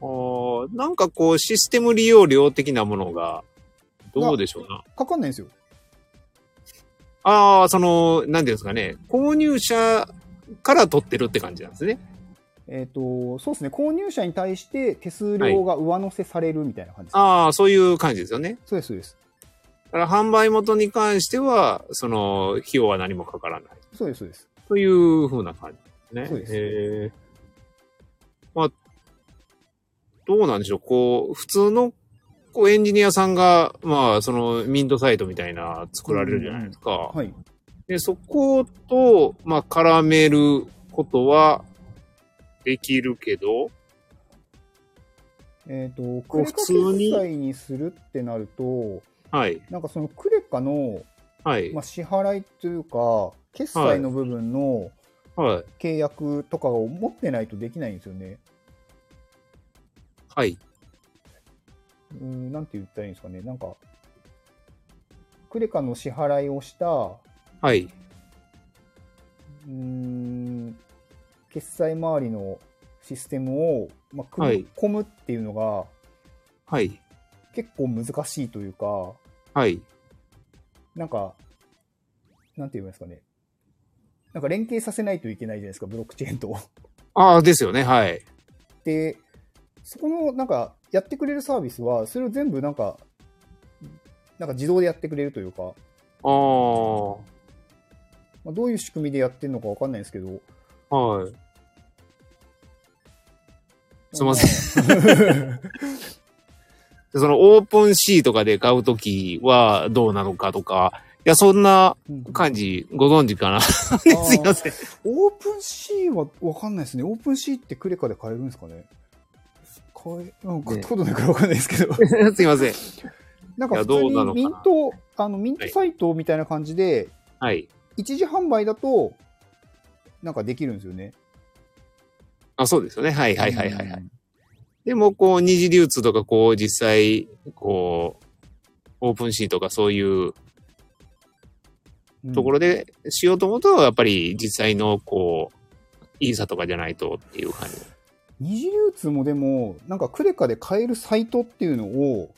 B: あーなんかこう、システム利用料的なものが、どうでしょうな。
A: かかんないんですよ。
B: ああ、その、なんていうんですかね、購入者から取ってるって感じなんですね。
A: えっ、と、そうですね、購入者に対して手数料が上乗せされるみたいな感じです、
B: ああ、そういう感じですよね。
A: そうです、そうです。
B: だから販売元に関しては、その、費用は何もかからない。
A: そうです、そうです。
B: というふうな感じですね。
A: そうです
B: えまあ、どうなんでしょう。こう、普通の、こう、エンジニアさんが、まあ、その、ミントサイトみたいな作られるじゃないですか。
A: はい。
B: で、そこと、まあ、絡めることはできるけど、
A: えっ、と、ク
B: こう
A: レカ決済にするってなると、
B: はい、
A: なんかそのクレカの、
B: はい、
A: まあ、支払いというか、決済の部分の
B: はい、
A: 契約とかを持ってないとできないんですよね。
B: はい。
A: うーん、なんて言ったらいいんですかね。なんか、クレカの支払いをした、う
B: はい。
A: ーん、決済周りのシステムを、まあ、組み込むっていうのが
B: はい。
A: 結構難しいというか、
B: はい。
A: なんか、なんて言うんですかね。なんか連携させないといけないじゃないですか、ブロックチェーンと。
B: ああ、ですよね。はい。
A: で、そこのなんかやってくれるサービスは、それを全部なんか、なんか自動でやってくれるというか、
B: ああ、は
A: まあ、どういう仕組みでやってるのかわかんないですけど。
B: い。すいませ
A: ん。
B: でそのオープンシーとかで買うときはどうなのかとか、いや、そんな感じご存知かな。 すいません。
A: オープンシーはわかんないですね。オープンシーってクレカで買えるんですかね買え、なんか買ったことないからわかんないですけど。
B: すいません。
A: なんか普
B: い
A: 通
B: やどうな
A: に
B: のか
A: ミ
B: な
A: ント、あの、ミントサイトみたいな感じで、
B: はい。
A: 一時販売だと、なんかできるんですよね。
B: あ、そうですよね。はいはいはいはい。はい
A: うん
B: でも、こう、二次流通とか、こう、実際、こう、オープンシーとかそういう
A: うん
B: ところでしようと思うと、やっぱり実際の、こう、イーサとかじゃないとっていう感じ。
A: 二次流通もでも、なんかクレカで買えるサイトっていうのを、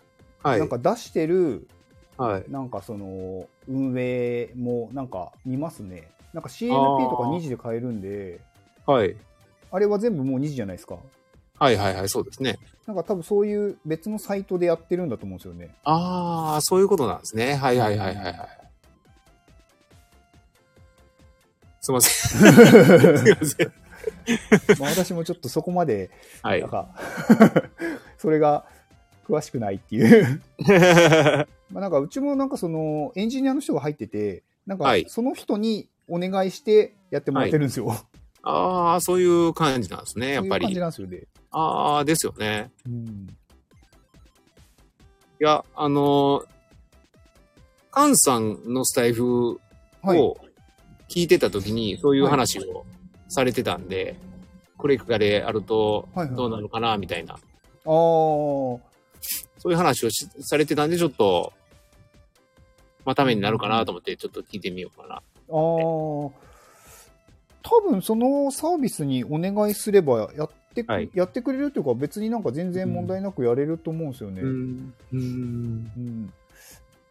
B: はい。
A: なんか出してる、
B: はい。
A: なんかその、運営もなんか見ますね。なんか CNP とか
B: あー
A: 2次で買えるんで、
B: はい。
A: あれは全部もう2次じゃないですか。
B: はいはいはい、そうですね。
A: なんか多分そういう別のサイトでやってるんだと思うんですよね。
B: ああ、そういうことなんですね。はいはいはいはいはい。すいません。 すい ません。
A: まあ私もちょっとそこまで、
B: は
A: ないん。か、 それが詳しくないっていう。 まあなんかうちもなんかそのエンジニアの人が入ってて、なんか
B: はい
A: その人にお願いしてやってもらってるんですよ。
B: ああ、そういう感じなんですね、やっ
A: そう
B: ぱ
A: いう感じ
B: り。
A: なんですよね。
B: ああ、ですよね。
A: うん。
B: いや、あのー、カンさんのスタイフ
A: はい。
B: を聞いてた時に、そういう話をされてたんで、クレカであると
A: はいはい
B: どうなのかな、みたいな、
A: あー
B: そういう話をしされてたんで、ちょっと、まあ、ためになるかなと思って、ちょっと聞いてみようかな。
A: あー。多分そのサービスにお願いすればやってく、
B: はい
A: やってくれるというか別になんか全然問題なくやれると思うんですよね。うん。
B: ん。うん。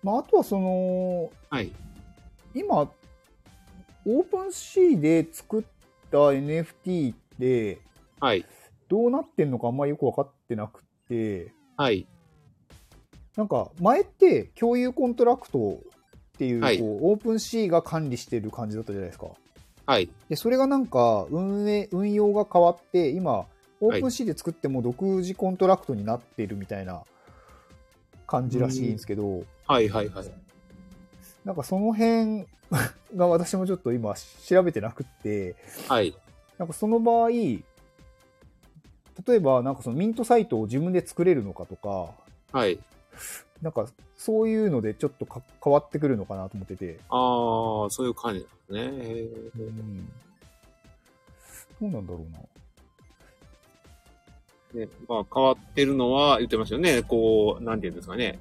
A: まああとはその、
B: はい。
A: 今、オープンシーで作った NFT って
B: はい。
A: どうなってんのかあんまりよく分かってなくて、
B: はい。
A: なんか前って共有コントラクトっていう,、
B: はい
A: こうオープンシーが管理してる感じだったじゃないですか。
B: はい。
A: でそれがなんか運営運用が変わって今オープンシーで作っても独自コントラクトになってるみたいな感じらしいんですけど、
B: はい。はい。はい。
A: なんかその辺が私もちょっと今調べてなくって
B: はい。
A: なんかその場合例えばなんかそのミントサイトを自分で作れるのかとか
B: はい。
A: なんかそういうのでちょっとか変わってくるのかなと思ってて、
B: ああ、そういう感じなんですね。へ
A: う
B: ー
A: ん、どうなんだろうな
B: ね、まあ変わってるのは言ってましたよね。こう、なんていうんですかね。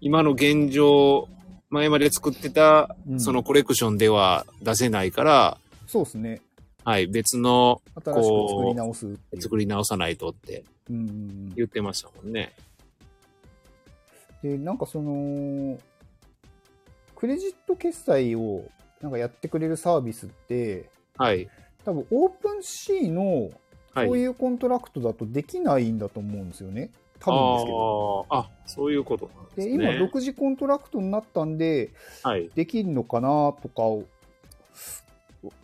B: 今の現状、前まで作ってた
A: う、ん
B: そのコレクションでは出せないから、
A: そうですね
B: はい、別の
A: 新しく作り直すっていう
B: 作り直さないとって
A: うんうんうん
B: 言ってましたもんね。
A: でなんかそのクレジット決済をなんかやってくれるサービスって、
B: はい。
A: 多分オープンシーの
B: はい。
A: そういうコントラクトだとできないんだと思うんですよね。多分ですけど。
B: あーあ、そういうことなんです
A: で
B: ね。
A: 今、独自コントラクトになったんで、
B: はい。
A: できるのかなとかを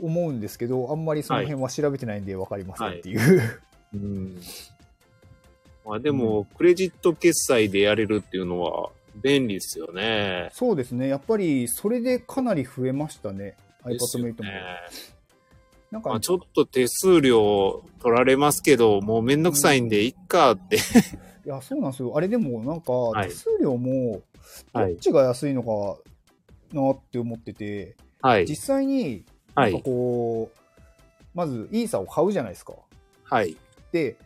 A: 思うんですけど、あんまりその辺は調べてないんで分かりませんっていう。
B: うん。まあでも、クレジット決済でやれるっていうのは便利ですよね。
A: そうですね、やっぱりそれでかなり増えましたね、
B: です
A: iPad
B: よ
A: mate も。
B: ね。
A: なん
B: ま
A: か
B: あ、ちょっと手数料取られますけど、もうめんどくさいんで、いっかって。
A: いや、そうなんですよ。あれでも、なんか、
B: い
A: 手数料も、ど
B: はい
A: っちが安いのかなって思ってて、
B: はい。
A: 実際に、
B: は
A: なんか
B: い。
A: こう、まず、イーサを買うじゃないですか。
B: はい。
A: で、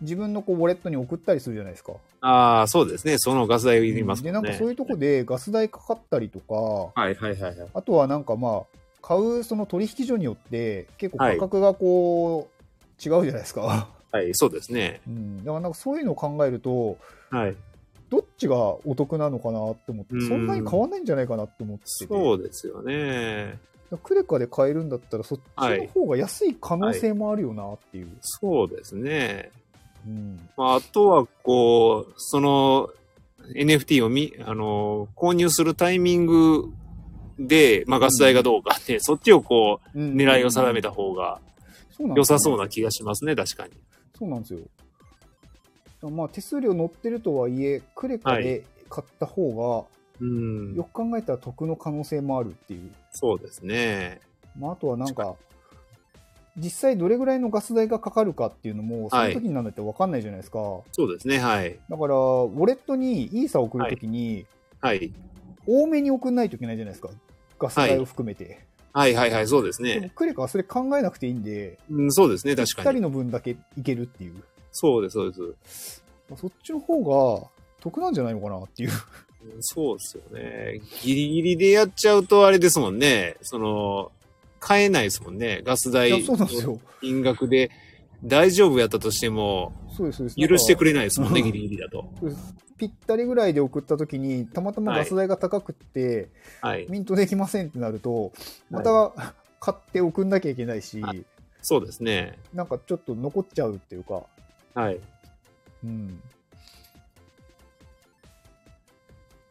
A: 自分のこうウォレットに送ったりするじゃないですか。
B: ああ、そうですね。そのガス代いりますも
A: で、
B: んね。
A: なんかそういうとこでガス代かかったりとか、
B: はいはいはいはい。
A: あとはなんかまあ、買うその取引所によって、結構
B: は
A: 価
B: い
A: 格がこう、違うじゃないですか。
B: はい、そうですね。
A: うん。だからなんかそういうのを考えると、
B: はい。
A: どっちがお得なのかなって思って、
B: うん
A: そんなに変わんないんじゃないかなって思ってて、
B: そうですよね。
A: クレカで買えるんだったら、そっち
B: はい
A: の方が安い可能性もあるよなっていう。
B: そうですね。
A: うん
B: まあ、あとは、こう、その NFT をみ、あの、購入するタイミングで、まあ、ガス代がどうかって、そっちをこ
A: う
B: う、
A: ん
B: 狙いを定めた方が
A: そうなんですよ
B: 良さそうな気がしますね、確かに。
A: そうなんですよ。まあ、手数料乗ってるとはいえ、クレカで買った方
B: う
A: が、
B: ん
A: よ。く考えたら得の可能性もあるっていう。
B: そうですね。
A: まあ、あとはなんか、実際どれぐらいのガス代がかかるかっていうのも、そ
B: は
A: の
B: い
A: 時になんだって分かんないじゃないですか。
B: そうですね、はい。
A: だから、ウォレットにイーサを送るときに、
B: はい。
A: 多めに送んないといけないじゃないですか。ガス代を含めて。
B: はいはいはい、そうです
A: でも
B: ね。
A: クレカはそれ考えなくていいんで、
B: うん、そうですね、
A: 2
B: 確か
A: 人
B: に。
A: の分だけいけるっていう。
B: そうです、そうです。
A: そっちの方が得なんじゃないのかなっていう。
B: うんそうですよね。ギリギリでやっちゃうとあれですもんね。その、買えないですもんね。ガス
A: い
B: 代
A: や、そうなんですよ。
B: 金額で大丈夫やったとしても、
A: そうです、そうです。
B: 許してく
A: れ。
B: れないですもんね、
A: なん
B: ギ
A: か
B: リギリだと。
A: ぴったりぐらいで送ったときに、たまたまガス代が高くって、
B: はい。
A: ミントできませんってなると、また買って送んなきゃいけないし、
B: はそうですね。
A: なんかちょっと残っちゃうっていうか、
B: はい。
A: うん。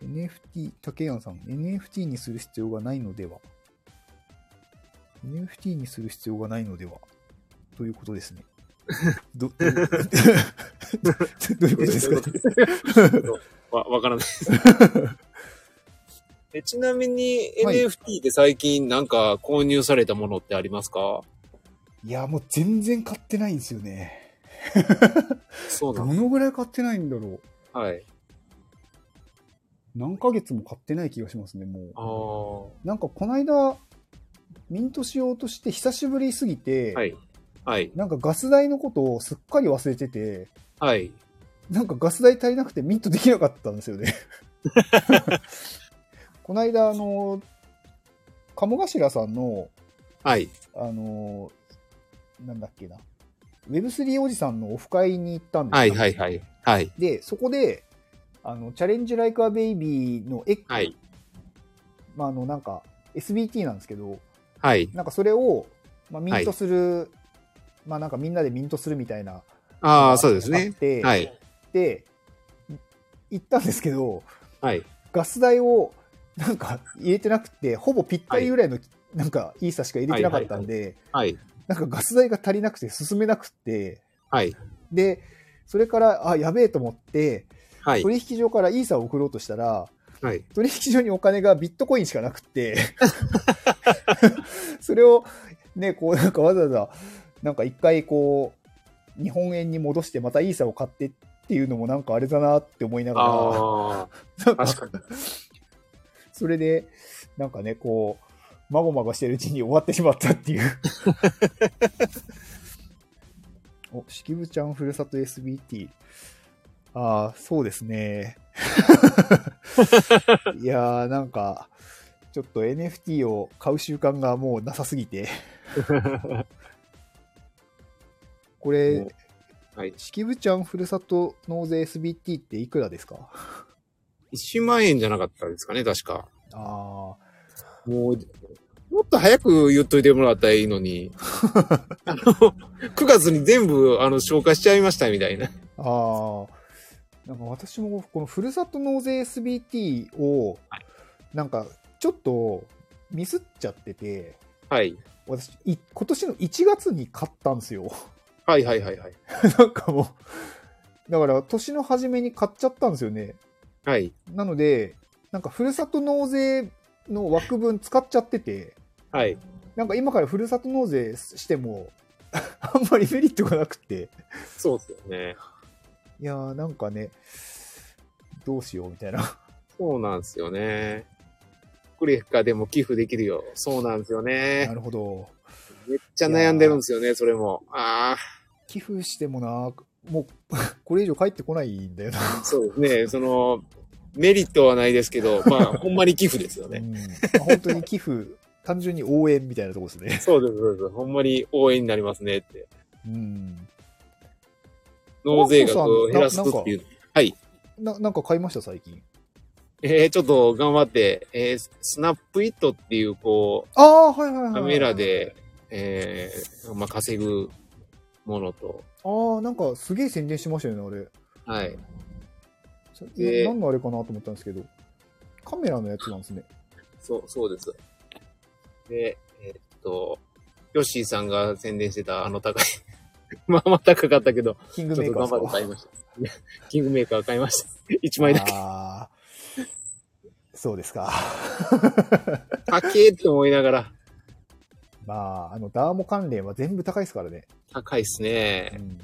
A: NFT、竹谷さん、NFT にする必要がないのでは ?NFT にする必要がないのではということですね。ど、どど どういうことですか
B: わ、わからないですえ。ちなみに
A: はい
B: NFT で最近なんか購入されたものってありますか、
A: いや、もう全然買ってないんですよね。
B: そうな
A: ど
B: の
A: のぐらい買ってないんだろう。
B: はい。
A: 何ヶ月も買ってない気がしますね、もう。
B: ああ。は
A: なんかこの間、ミントしようとして久しぶりすぎて、
B: い。はい。
A: なんかガス代のことをすっかり忘れてて、
B: はい。
A: なんかガス代足りなくてミントできなかったんですよ ね。この間、あの、鴨頭さんの、
B: はい。
A: あの、なんだっけな、Web3 おじさんのオフ会に行ったんですよ。
B: はい。はい。はい。はい。
A: で、そこで、あの、チャレンジライカーベイビーの X、
B: はい。
A: まあ、あの、なんか、SBT なんですけど、
B: はい。
A: なんかそれを、まあ、ミントする、まあなんかみんなでミントするみたいな。
B: ああ、そうですね。
A: で、
B: はい。
A: で、行ったんですけど、
B: はい。
A: ガス代をなんか入れてなくて、ほぼぴったりぐらいの、なんかイーサしか入れてなかったんで、
B: はい。
A: なんかガス代が足りなくて進めなくて、
B: はい。
A: で、それから、あ、やべえと思って、
B: はい。
A: 取引所からイーサを送ろうとしたら、
B: はい。
A: 取引所にお金がビットコインしかなくって、 それをね、こうなんかわざわざ、なんか一回こう、日本円に戻してまたイーサを買ってっていうのもなんかあれだなって思いなが
B: あ
A: ら、
B: あ、
A: なんか
B: 確かに。
A: それで、なんかね、こう、まごまごしてるうちに終わってしまったっていう。 お、しきぶちゃんふるさと SBT。ああ、そうですね。 いやー、なんか、ちょっと NFT を買う習慣がもうなさすぎて。 これ、
B: はい。
A: しきぶちゃんふるさと納税 SBT っていくらですか
B: 1万円じゃなかったですかね、確か。
A: あ
B: もう、もっと早く言っといてもらったらいいのに。あの、9月に全部、あの、消化しちゃいましたみたいな。
A: あ、ああ。なんか私も、このふるさと納税 SBT を、なんか、ちょっとミスっちゃってて、
B: はい。
A: 私、い今年の1月に買ったんですよ。
B: はいはいはいはい。
A: なんかもう、だから年の初めに買っちゃったんですよね。
B: はい。
A: なので、なんかふるさと納税の枠分使っちゃってて、
B: はい。
A: なんか今からふるさと納税しても、 あんまりメリットがなくて、
B: そうですよね。
A: いやーなんかね、どうしようみたいな。
B: そうなんですよね。クリフカでも寄付できるよ。そうなんですよね
A: な。るほど。
B: めっちゃ悩んでるんですよね、それも。あ
A: 寄付してもな、もう これ以上返ってこないんだよな。
B: あ、そうですね。その、メリットはないですけど、まあ、ほんまに寄付ですよ
A: う
B: ね。
A: んまあ本当に寄付、単純に応援みたいなとこですね。
B: そうです、そうです。ほんまに応援になりますねって。
A: うん。
B: 納税額を減らすっていう。はい。
A: な、なんか買いました最近。
B: えー、ちょっと頑張って、えースナップイットっていう、こ
A: ああ、はいはいは
B: う、
A: い。
B: カメラで、えー、まあ、稼ぐものと、
A: ああ、なんかすげえ宣伝してましたよね、あれ。
B: はい。
A: そ
B: で
A: な何のあれかなと思ったんですけど。カメラのやつなんですね。
B: そう、そうです。で、えーっと、ヨッシーさんが宣伝してたあの高い、 まあまあ高かったけど、
A: キン
B: ちょ
A: グ
B: っ
A: メ
B: と
A: ーカー
B: 頑張って買いました。キングメーカー買いました。1枚だ け。
A: あーそうですか。
B: 高えって思いながら、
A: まあ、あの、ダーモ関連は全部高いですからね。
B: 高いっすね
A: う。ん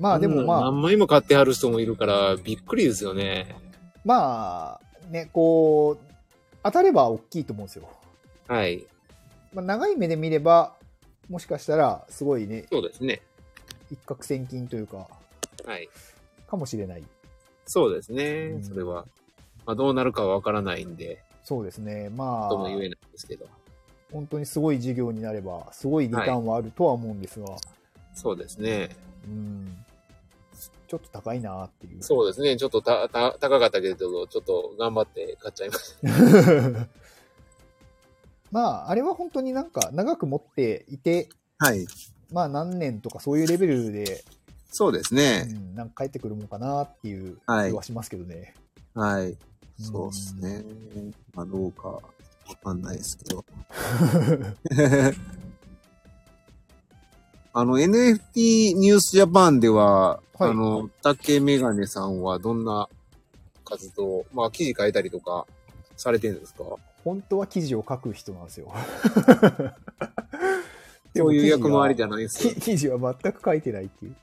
A: まあ、でもまあ、
B: うん何枚も買ってはる人もいるから、びっくりですよね。
A: まあ、ね、こう、当たれば大きいと思うんですよ。
B: はい。
A: まあ、長い目で見れば、もしかしたら、すごいね、
B: そうですね。
A: 一攫千金というか、
B: はい。
A: かもしれない。
B: そうです
A: う
B: ね。
A: ん
B: それは。まあ、どうなるかはわからないんで、
A: そうですね。ま
B: とも言え
A: あ
B: な、いですけど。
A: 本当にすごい事業になれば、すごいリターンはあるとは思うんですが、
B: そうですね。
A: うん。ちょっと高いなっていう。
B: そうですね。ちょっとた、た、高かったけれど、ちょっと頑張って買っちゃいました。
A: まあ、あれは本当になんか長く持っていて、
B: はい。
A: まあ何年とかそういうレベルで、
B: そうです
A: う
B: ね。
A: ん、なんか返ってくるもんかなっていう気
B: はい
A: はしますけどね。
C: はい。
A: ん
C: そうっすね。まあ、どうかわかんないですけ ど。あの、NFT ニュースジャパンでは、
A: はい
C: あの、竹メガネさんはどんな活動、まあ、記事書いたりとかされてるんですか
A: 本当は記事を書く人なんで すよ。
C: そういう役回りじ
A: ゃ
C: ゃないですよ
A: 記。記事は全く書いてないっていう。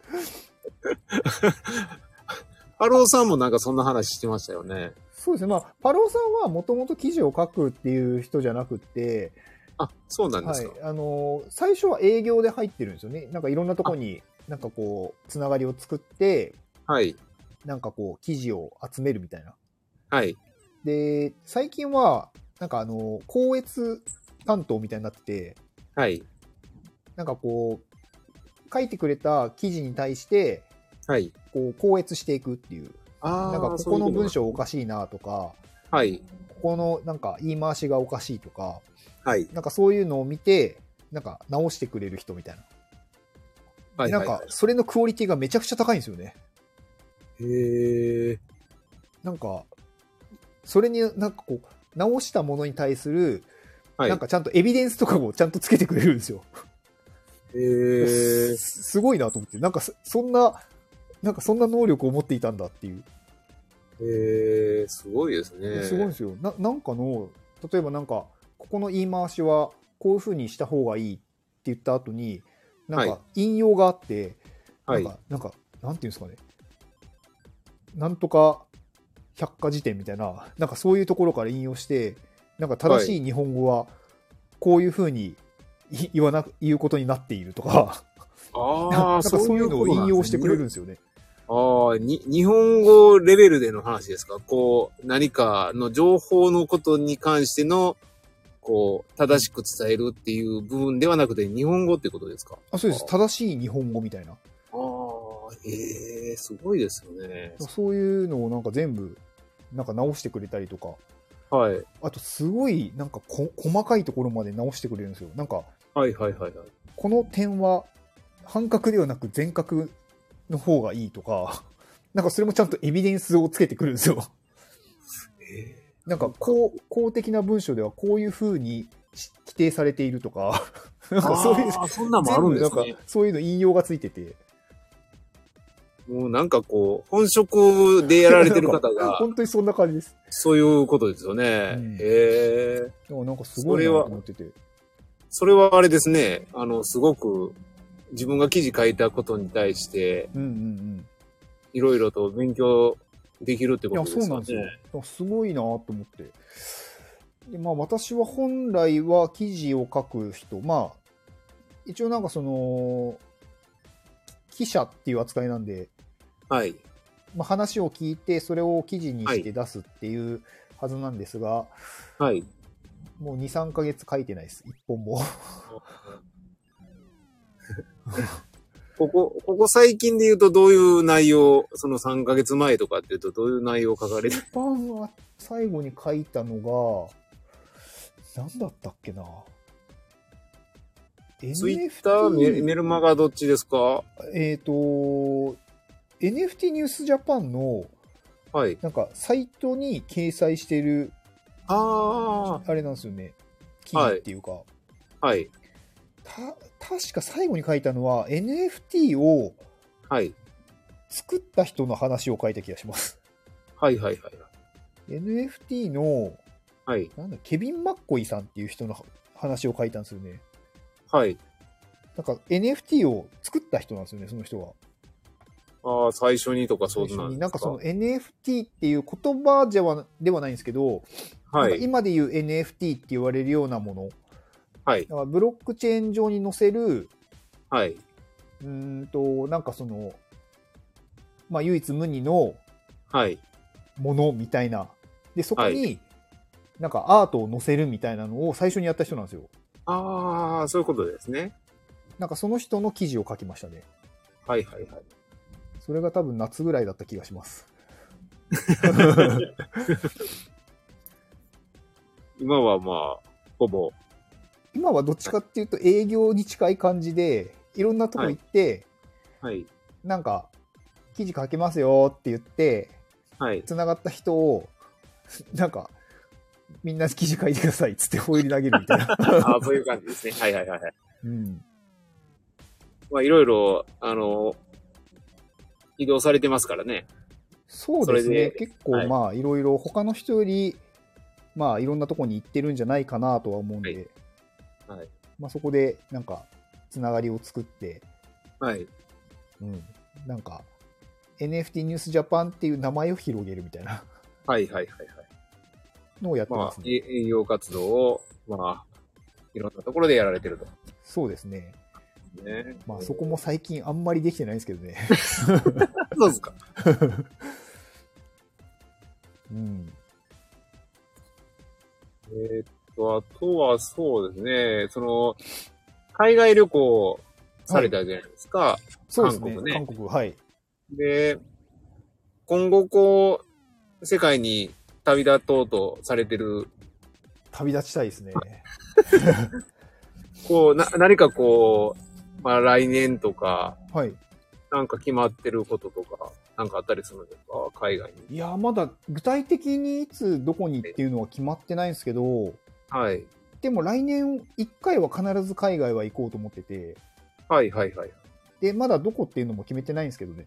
C: ハローさんもなんかそんな話してましたよね。
A: そうですね。まあ、パローさんはもともと記事を書くっていう人じゃなくって、
C: あ、そうなんで
A: は
C: す
A: い
C: か。、
A: あのー最初は営業で入ってるんですよね。なんかいろんなとこに、なんかこう、つながりを作って、
C: はい。
A: なんかこう、記事を集めるみたいな。
C: はい。
A: で、最近は、なんかあのー、校閲担当みたいになってて、
C: はい。
A: なんかこう、書いてくれた記事に対して、
C: はい。
A: こう、校閲していくっていう。
C: あー
A: なんかこ
C: そう
A: こ
C: いう
A: の
C: とが
A: 文章おかしいなとか、
C: はい。
A: ここのなんか言い回しがおかしいとか、
C: はい。
A: なんかそういうのを見て、なんか直してくれる人みたいな。
C: はい。
A: でなんか、それのクオリティがめちゃくちゃ高いんですよね。
C: へー。
A: なんか、それになんかこう、直したものに対する、
C: はい。
A: なんかちゃんとエビデンスとかをちゃんとつけてくれるんですよ。
C: へー。
A: すすごいなと思って、なんかそそんな、なんかそんな能力を持っていたんだっていう。
C: へえ、すごいですね。
A: すごいんですよ。ななんかの、例えばなんか、ここの言い回しはこういう風にした方がいいって言った後に、なん
C: は
A: か引用があって、
C: はい
A: なん。か、なんか、なんていうんですかね。なんとか百科事典みたいな、なんかそういうところから引用して、なんか正しい日本語は、こういうふうにい言わな、言うことになっているとか、
C: あ
A: なん
C: あ、
A: かそういうのを引用してくれるん
C: あ
A: ですよね。
C: あー、に、日本語レベルでの話ですかこう、何かの情報のことに関しての、こう、正しく伝えるっていう部分ではなくて、日本語ってことですか
A: あ、そうです。正しい日本語みたい
C: あ
A: な。
C: あ、ええ、すごいですよね。
A: そういうのをなんか全部、なんか直してくれたりとか、
B: はい。
A: あとすごいなんかこ細かいところまで直してくれるんですよなんか
B: はいはいはいはい。
A: この点は半角ではなく全角の方がいいとか なんかそれもちゃんとエビデンスをつけてくるんですよ
B: え
A: なんか公公的な文書ではこういうふうにし規定されているとか なんかそういう
B: あーそんなんもあるんです
A: 全部な
B: ね
A: ん。かそういうの引用がついてて
B: もうなんかこう、本職でやられてる方
A: なんか
B: が、
A: 本当にそんな感じです
B: そういうことですよね。
A: うん
B: ええ
A: でもなんかすごいなと思ってて
B: それはあれですね。あの、すごく、自分が記事書いたことに対して、
A: うんうん
B: いろいろと勉強できるって
A: うんい
B: こと
A: や
B: です
A: そうなん
B: よね。
A: ですよ、だからすごいなと思ってでまあ私は本来は記事を書く人まあ一応なんかその記者っていう扱いなんで
B: はい。
A: まあ、話を聞いて、それを記事に
B: は
A: し
B: い
A: て出すっていうはずなんですが、
B: はい。
A: もう2、3ヶ月書いてないです、1本も。
B: ここ、ここ最近で言うとどういう内容、その3ヶ月前とかっていうとどういう内容を書かれて、
A: 一般は最後に書いたのが、なんだったっけな。
B: ツイッター、メ
A: NFT
B: メルマガどっちですか
A: えっ、と、NFT ニュースジャパンの、
B: はい。
A: なんか、サイトに掲載してる、
B: あ
A: あれなんですよね。記事っていうか、
B: あ。はい。
A: た、確か最後に書いたのは、NFT を、
B: はい。
A: 作った人の話を書いた気がします。
B: はいはいはい。
A: NFT の、
B: はい。
A: なんだ、ケビン・マッコイさんっていう人の話を書いたんですよね。
B: はい。
A: なんか NFT を作った人なんですよね、その人は。
B: ああ、最初にとかそう
A: 最
B: な
A: 初
B: んです
A: に
B: か。
A: なんかその NFT っていう言葉じゃはではないんですけど、
B: は
A: なんか
B: い。
A: 今で言う NFT って言われるようなもの、
B: はい
A: だ。からブロックチェーン上に載せる、
B: はい。
A: うーんと、なんかその、まあ、唯一無二の
B: はい。
A: ものみたいな。で、そこに、なんかアートを載せるみたいなのを最初にやった人なんですよ。
B: ああ、そういうことですね。
A: なんかその人の記事を書きましたね。
B: はいはいはい。
A: それが多分夏ぐらいだった気がします。
B: 今はまあ、ほぼ。
A: 今はどっちかっていうと営業に近い感じで、いろんなとこ行って、
B: はい。
A: なんか、記事書けますよって言って、
B: はい。
A: 繋がった人を、なんか、みんな記事書いてくださいっつって放り投げるみたいな。
B: ああ、そういう感じですね。はいはいはいはい。
A: うん。
B: まあ、いろいろ、あの、移動されてますからね。
A: そうですね。
B: それで
A: 結構、
B: はい
A: まあ、いろいろ他の人より、まあ、いろんなとこに行ってるんじゃないかなとは思うんで、
B: はいはい
A: まあ、そこで、なんか、つながりを作って、
B: はい。
A: うん、なんか NFT ニュースジャパンっていう名前を広げるみたいな
B: はいはいはいはい。
A: のをやってま
B: ますあ、
A: ね。
B: え営業活動を、まあ、いろんなところでやられてると。
A: そうですね。
B: ね。
A: まあそこも最近あんまりできてないんですけどね。
B: そうですか。
A: うん。
B: えーっと、あとはそうですね、その、海外旅行されたじゃないですか。
A: そうですね。韓
B: 韓国
A: 国,、
B: ね
A: はい。
B: で、今後こう、世界に旅立とうとされてる、
A: 旅立ちたいですね。
B: こう、な、何かこう、まあ来年とか、
A: はい。
B: なんか決まってることとか、なんかあったりするんですか海外に。
A: いや、まだ具体的にいつどこにっていうのは決まってないんですけど、
B: はい。
A: でも来年1回は必ず海外は行こうと思ってて、
B: はいはいはい。
A: で、まだどこっていうのも決めてないんですけどね。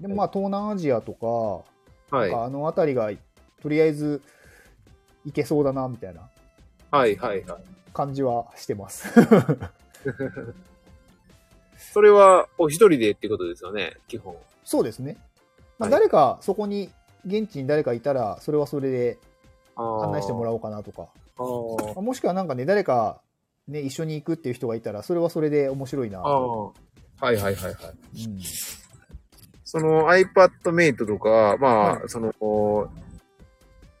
A: でもまあ東南アジアとか、
B: はい。
A: あの辺りがとりあえず行けそうだなみたいな
B: はいはいはい。
A: 感じはして ます。
B: それはお一人でってことですよね、基本。
A: そうですね。ま
B: は
A: あ、
B: い
A: 誰かそこに、現地に誰かいたら、それはそれで案
B: 案
A: 内してもら
B: う。
A: おうかなとか、
B: あー
A: もしくはなんかね、誰か、ね、一緒に行くっていう人がいたら、それはそれで面白いな
B: あ
A: と。
B: ー。はいはいはいはい。
A: うん
B: その iPad Mate とか、まあ、
A: は
B: その、コ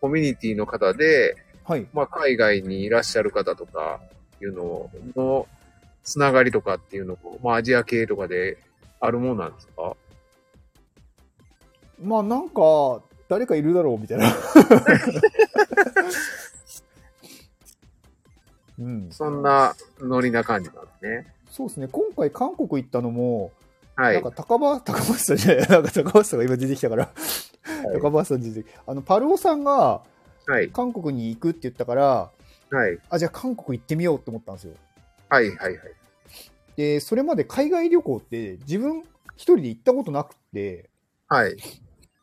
B: ミュニティの方で、
A: はい。
B: まあ、海外にいらっしゃる方とかいうののつながりとかっていうのも、まあ、アジア系とかであるもんなんですか
A: まあなんか、誰かいるだろうみたいな。うん。
B: そんなノリな感じなんですね。
A: そうですね。今回韓国行ったのも、な
B: は
A: ん
B: い。
A: か高場、 高橋さんじゃない、なんか高橋さんが今出てきたから、
B: い
A: 高橋さん出てきあの、パルオさんが
B: はい。
A: 韓国に行くって言ったから、
B: はい。
A: あ、じゃあ韓国行ってみようと思ったんですよ。
B: はい。はい。はい。
A: で、それまで海外旅行って自分一人で行ったことなくって、
B: はい。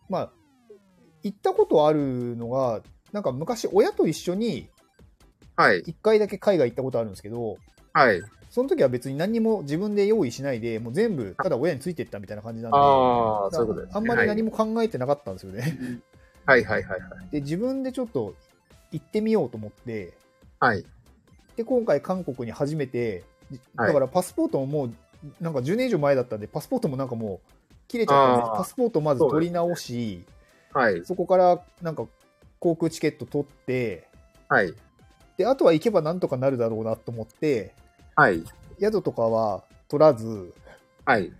A: まあ、行ったことあるのが、なんか昔親と一緒に
B: はい。
A: 一回だけ海外行ったことあるんですけど、
B: はい。
A: その時は別に何にも自分で用意しないで、もう全部ただ親についてったみたいな感じなんで、
B: ああ、そういうことです、ね。
A: あんまり何
B: も。
A: も考えてなかったんですよね。
B: はい。はい。はい。はい
A: で、自分でちょっと行ってみようと思って、
B: はい。
A: で、今回韓国に初めて、じ
B: はい
A: だからパスポートももう、なんか10年以上前だったんで、パスポートもなんかもう切れちゃったん
B: あ
A: で
B: ー
A: す、パスポートまず取り直し、
B: はい。
A: そこからなんか航空チケット取って、
B: はい。
A: で、あとは行けばなんとかなるだろうなと思って、
B: はい。
A: 宿とかは取らず、
B: はい。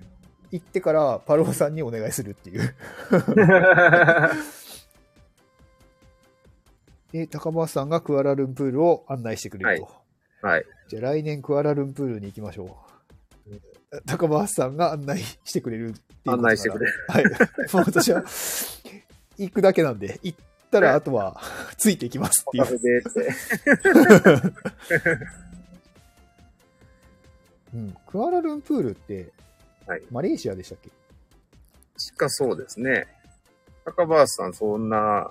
A: 行ってからパローさんにお願いするって いう。で、高橋さんがクアラルンプールを案内してくれると。
B: はい。
A: じゃあ来年クアラルンプールに行きましょう。高橋さんが案内してくれるっていうことなら
B: 案内してくれる。
A: はい。 もう私は行くだけなんで、行ったらあと はついていきますってい
B: カ
A: う。
B: フェでって。
A: うん、クアラルンプールって、
B: はい
A: マレーシアでしたっけ
B: しかそうですね。高橋さん、そんな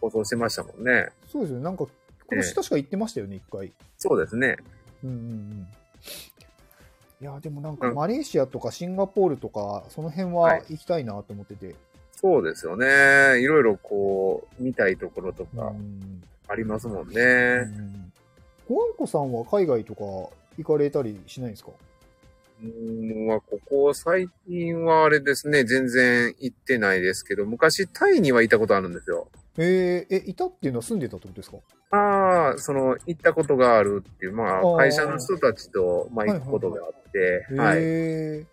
B: ことをしてましたもんね。
A: そうですよね。なんか、今年確か行ってましたよね、一回。
B: そうですね。
A: うんうんうん。いや、でもなんか
B: うん
A: マレーシアとかシンガポールとか、その辺
B: は
A: はい行きたいなと思ってて。
B: そうですよね。いろいろこう、見たいところと
A: うん
B: かありますもん
A: うんう
B: ね。
A: ん。ごわんこさんは海外とか行かれたりしないんですか
B: うん、まあ、ここ最近はあれですね、全然行ってないですけど、昔タイには行ったことあるんですよ。
A: えー、え、いたっていうのは住んでたってことですか
B: ああ、その、行ったことがあるっていう、ま
A: あー
B: あ、会社の人たちと、まあ、行くことがあって、はい。
A: え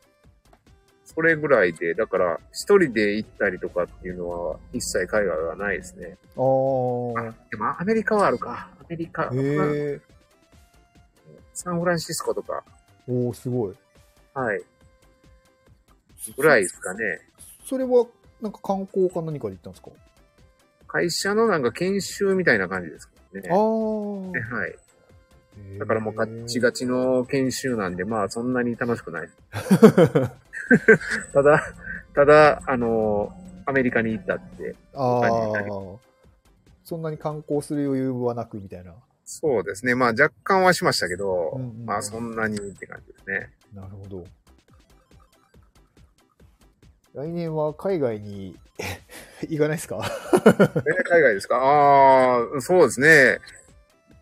B: それぐらいで、だから、一人で行ったりとかっていうのは、一切海外はないですね。
A: ー、あ
B: でも、アメリカはあるか。アメリカ、
A: あ。えー、
B: サンフランシスコとか、
A: おー、すごい。
B: はい。ぐらいですかね。
A: それは、なんか観光か何かで行ったんですか
B: 会社のなんか研修みたいな感じです
A: あ
B: けどね。ね
A: あ。
B: はい。だからもうガッチガチの研修なんで、まあそんなに楽し くない。ただ、ただ、あの、アメリカに行ったって。
A: あ
B: 感じになり
A: あ。そんなに観光する余裕はなくみたいな。
B: そうですね。まあ若干はしましたけど、
A: うんうん
B: まあそんなにって感じですね。
A: なるほど。来年は海外に 行かないですか
B: え海外ですかああ、そうですね。行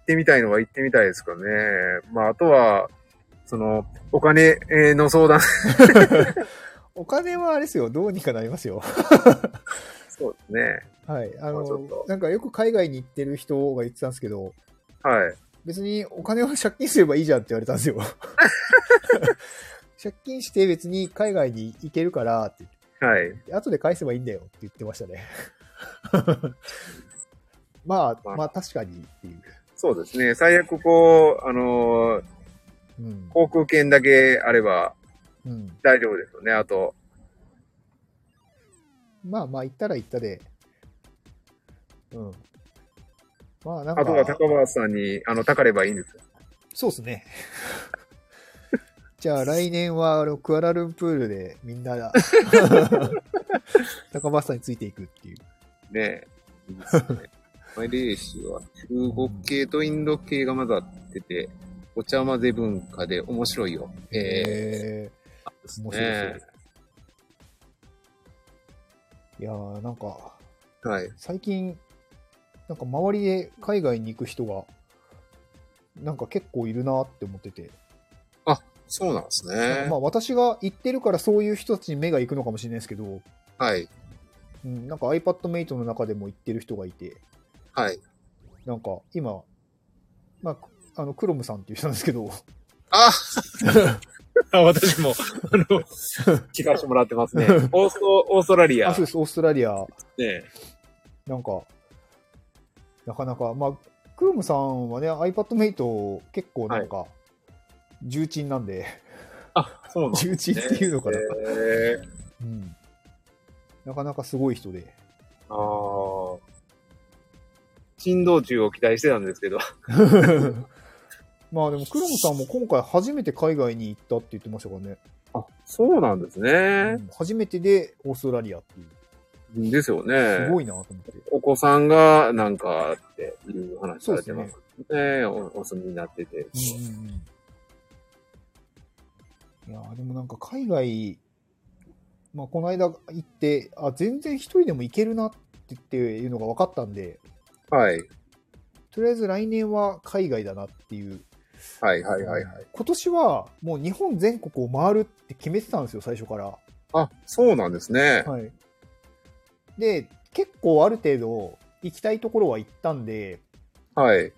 B: ってみたいのは行ってみたいですかね。まああとは、その、お金えーの相談。
A: お金はあれですよ、どうにかなりますよ。
B: そうですね。
A: はい。あ
B: まあちょっ
A: の
B: と、
A: なんかよく海外に行ってる人が言ってたんですけど、
B: はい。
A: 別にお金を借金すればいいじゃんって言われたんです よ。借金して別に海外に行けるからって言って
B: はい。
A: 後で返せばいいんだよって言ってました ね。まあ、まあ確かにっていう。
B: そうですね。最悪こう、あのー
A: うん。
B: 航空券だけあれば
A: うん、
B: 大丈夫ですよね。あと、
A: まあまあ、行ったら行ったで。うん。まあなんか、
B: あとは高橋さんに、あの、たかればいいんですよ。
A: そうですね。 じゃあ来年はあのクアラルンプールでみんな が高橋さんについていくっていう。
B: ね え。いいですねマレーシアは中国系とインド系が混ざってて、お茶混ぜ文化で面白いよ。え
A: へえ
B: えです
A: 面白い
B: ね
A: です。いやーなんか
B: はい。
A: 最近、なんか周りで海外に行く人が、なんか結構いるなって思ってて。
B: そうなんです
A: なんか
B: ね
A: ま。あ私が行ってるからそういう人たちに目が行くのかもしれないですけど、
B: はい。
A: うん、なんか iPadMate の中でも行ってる人がいて、
B: はい。
A: なんか今、まあ、くあの、クロムさんっていう人なんですけど、
B: あ私も、あの、 聞かせてもらってます ね。オーストオーストラリア。
A: あ、そう
B: ね
A: です、オーストラリア、
B: え
A: なんか、なかなか、まあ、クームさんはね、iPadMate 結構なんか、重鎮なんで、
B: あ、そうなん
A: 重鎮っていうのかな、
B: えー、
A: うん。なかなかすごい人 で。
B: あー。珍道中を期待してたんですけど。
A: まあでも、クロムさんも今回初めて海外に行ったって言ってましたからね。
B: あ、そうなんですね
A: う。ん初めてでオーストラリアっていう。
B: ですよ
A: す
B: ね。
A: ごいなと思って。
B: お子さんがなんかっていう話されてます
A: そ
B: ね。おお住みになってて。
A: うんうんうん。いやーでもなんか海外、まあこの間行って、あ、全然一人でも行けるなってっていうのが分かったんで、
B: はい。
A: とりあえず来年は海外だなっていう。
B: はいはいはいはい。
A: 今年はもう日本全国を回るって決めてたんですよ、最初から。
B: あ、そうなんですね。
A: はい。で、結構ある程度行きたいところは行ったんで、
B: はい。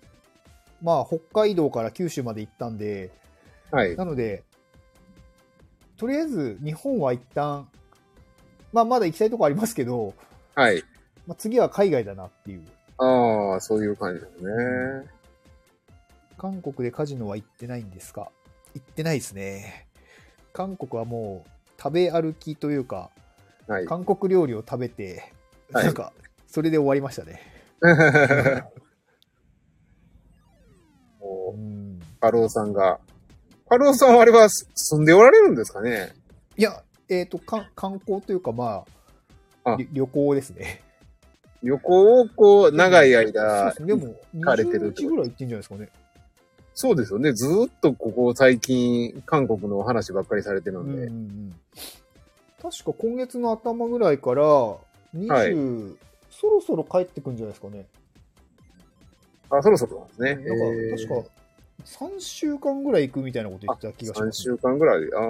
A: まあ北海道から九州まで行ったんで、
B: はい。
A: なので、とりあえず日本は一旦、まあまだ行きたいとこありますけど、
B: はい。
A: まあ、次は海外だなっていう。
B: ああ、そういう感じですね。
A: 韓国でカジノは行ってないんですか行ってないですね。韓国はもう食べ歩きというか、
B: はい。
A: 韓国料理を食べて、
B: はい
A: なんか、それで終わりましたね。
B: も
A: うん
B: う、カロウさんが。カロウさんはあれはす住んでおられるんですかね
A: いや、えっ、とか、観光というか、まあ、
B: あ
A: り旅行ですね。
B: 旅行をこう、長い
A: そう
B: 間
A: ですね。でも、
B: かれてる
A: 20日ぐらい行ってんじゃないですかね。
B: そうですよね。ずーっとここ最近、韓国のお話ばっかりされてる
A: うん
B: ん
A: うんう
B: で。
A: ん、確か今月の頭ぐらいから、20、そろそろ帰ってくんじゃないですかね。
B: あ、そろそろな
A: なんん
B: ですね。
A: か、確か、3週間ぐらい行くみたいなこと言ってた気がし
B: 3
A: ます、
B: 週間ぐらい。ああ。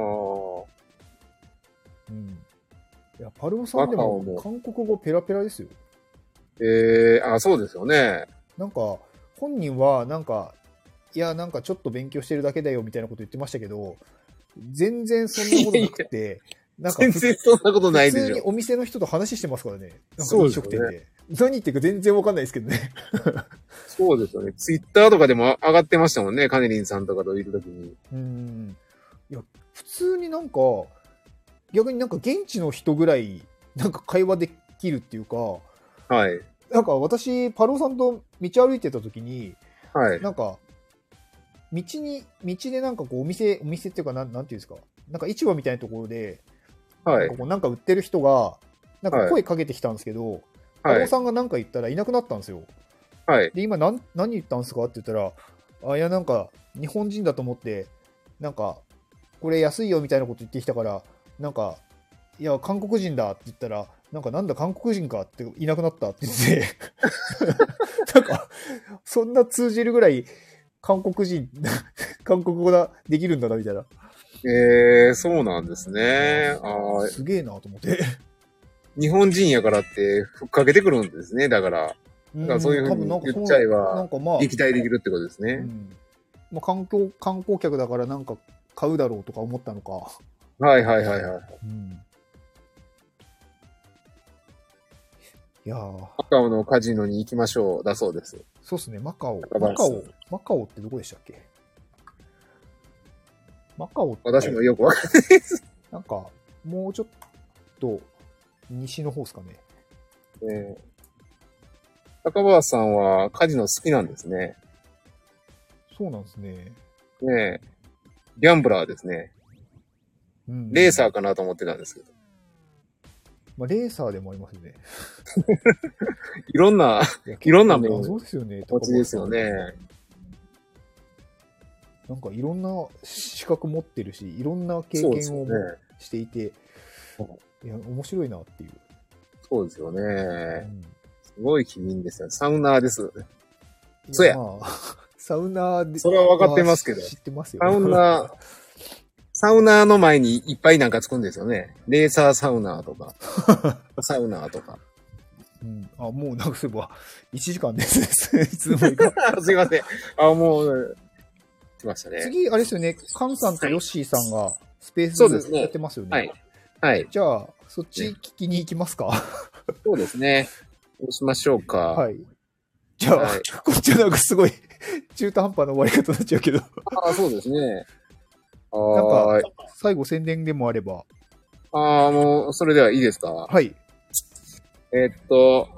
A: うん。いや、パルオさんでも
B: マカオも
A: 韓国語ペラペラですよ。
B: ええあ、そうですよね。
A: なんか、本人は、なんか、いや、なんかちょっと勉強してるだけだよみたいなこと言ってましたけど、全然そんなことなく て、なんか
B: 全然そんなことない
A: 普
B: で
A: 通
B: し
A: に
B: ょ。
A: お店の人と話してますからね。なんか
B: そう
A: 飲
B: ですよ
A: 食
B: ね
A: 店で。何言ってるか全然わかんないですけどね。
B: そうですよね。ツイッターとかでも上がってましたもんね。カネリンさんとかといるときに。
A: うん。いや、普通になんか、逆になんか現地の人ぐらい、なんか会話できるっていうか、
B: はい。
A: なんか私、パロさんと道歩いてた時に、
B: はい。
A: なんか、道に、道でなんかこうお店、お店っていうかなん、なんていうんですか、なんか市場みたいなところで、
B: は
A: なん
B: い
A: か。こうなんか売ってる人が、なん
B: は
A: か
B: い
A: 声かけてきたんですけど、パ
B: は
A: ロ
B: い。
A: さんがなんか言ったらいなくなったんですよ。
B: はい。
A: で、今何、何言ったんですかって言ったら、あ、いや、なんか、日本人だと思って、なんか、これ安いよみたいなこと言ってきたから、なんか、いや、韓国人だって言ったら、なんか、なんだ、韓国人かっていなくなったって言 って、なんか、そんな通じるぐらい、韓国人、 韓国語ができるんだな、みたいな。
B: ええそうなんですね。あー
A: すげえなと思って。
B: 日本人やからって、ふっかけてくるんですね。だから、からそういうふうに
A: ん多分なんかそ
B: 言っちゃえば
A: なんかまあ、
B: 撃退できるってことです
A: う
B: ね。
A: んまあ、観光、観光客だからなんか買うだろうとか思ったのか。
B: はいはいはいはい。
A: うんいやー、
B: マカオのカジノに行きましょう。だそうです。
A: そうっすね、マカオ。
B: 高
A: マカ
B: 林さん
A: オ、マカオってどこでしたっけマカオって、
B: 私もよくわかる。
A: なんか、もうちょっと、西の方ですかね。
B: ね高橋さんはカジノ好きなんですね。
A: そうなんですね。
B: ねえ。ギャンブラーですね。
A: うん
B: レーサー。かなと思ってたんですけど。
A: まあ、レーサーでもありますよね。
B: いろんな
A: いや
B: いろんなもん
A: 結構そうですよね。
B: 土地ですよね。
A: なんかいろんな資格持ってるし、いろんな経
B: そうです
A: 験
B: よ
A: を
B: ね。
A: していて、いや、面白いなっていう。
B: そうですよ
A: う
B: ね。
A: ん
B: すごい機敏ですね。サウナーです。
A: い
B: そうや
A: まあサウナーで。
B: それは分かってますけど
A: あ知ってますよ。
B: サウナー、サウナーの前にいっぱいなんかつくんですよね。レーサーサウナーと か、サウナーとか。
A: うん。あ、もうなんかそういえば、1時間ですね。いつの間にか。
B: あすいません。あ、もう、来ましたね。
A: 次、あれですよね。カンさんとヨッシーさんがスペー
B: そうです
A: ス
B: ね
A: やってますよね。
B: はい。はい。
A: じゃあ、そっち聞きに行きますか。
B: そうですね。どうしましょうか。
A: はい。じゃあ、
D: はい
A: こっちはなんかすごい中途半端な終わり方になっちゃうけど、
B: ああ、そうですね。
A: は
B: は
A: ー最後宣伝でもあれば。
B: ああ、もう、それではいいですか
A: はい。
B: えっと、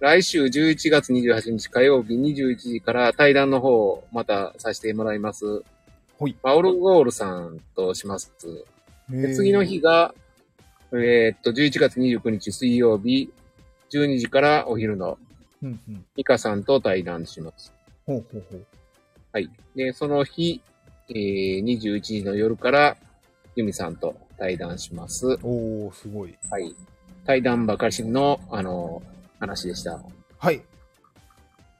B: 来週11月28日火曜日21時から対談の方をまたさせてもらいます。
A: はい
B: パオル・ゴールさんとします。
A: え
B: で
A: ー
B: 次の日。が、えっと、11月29日水曜日、12時からお昼の
A: うんうん。
B: ミカさんと対談します。
A: ほうほうほう。
B: はい。で、その日、えー21時の夜から、ユミさんと対談します。
A: おー、すごい。
B: はい。対談ばかりの、あの、話でした。
A: はい。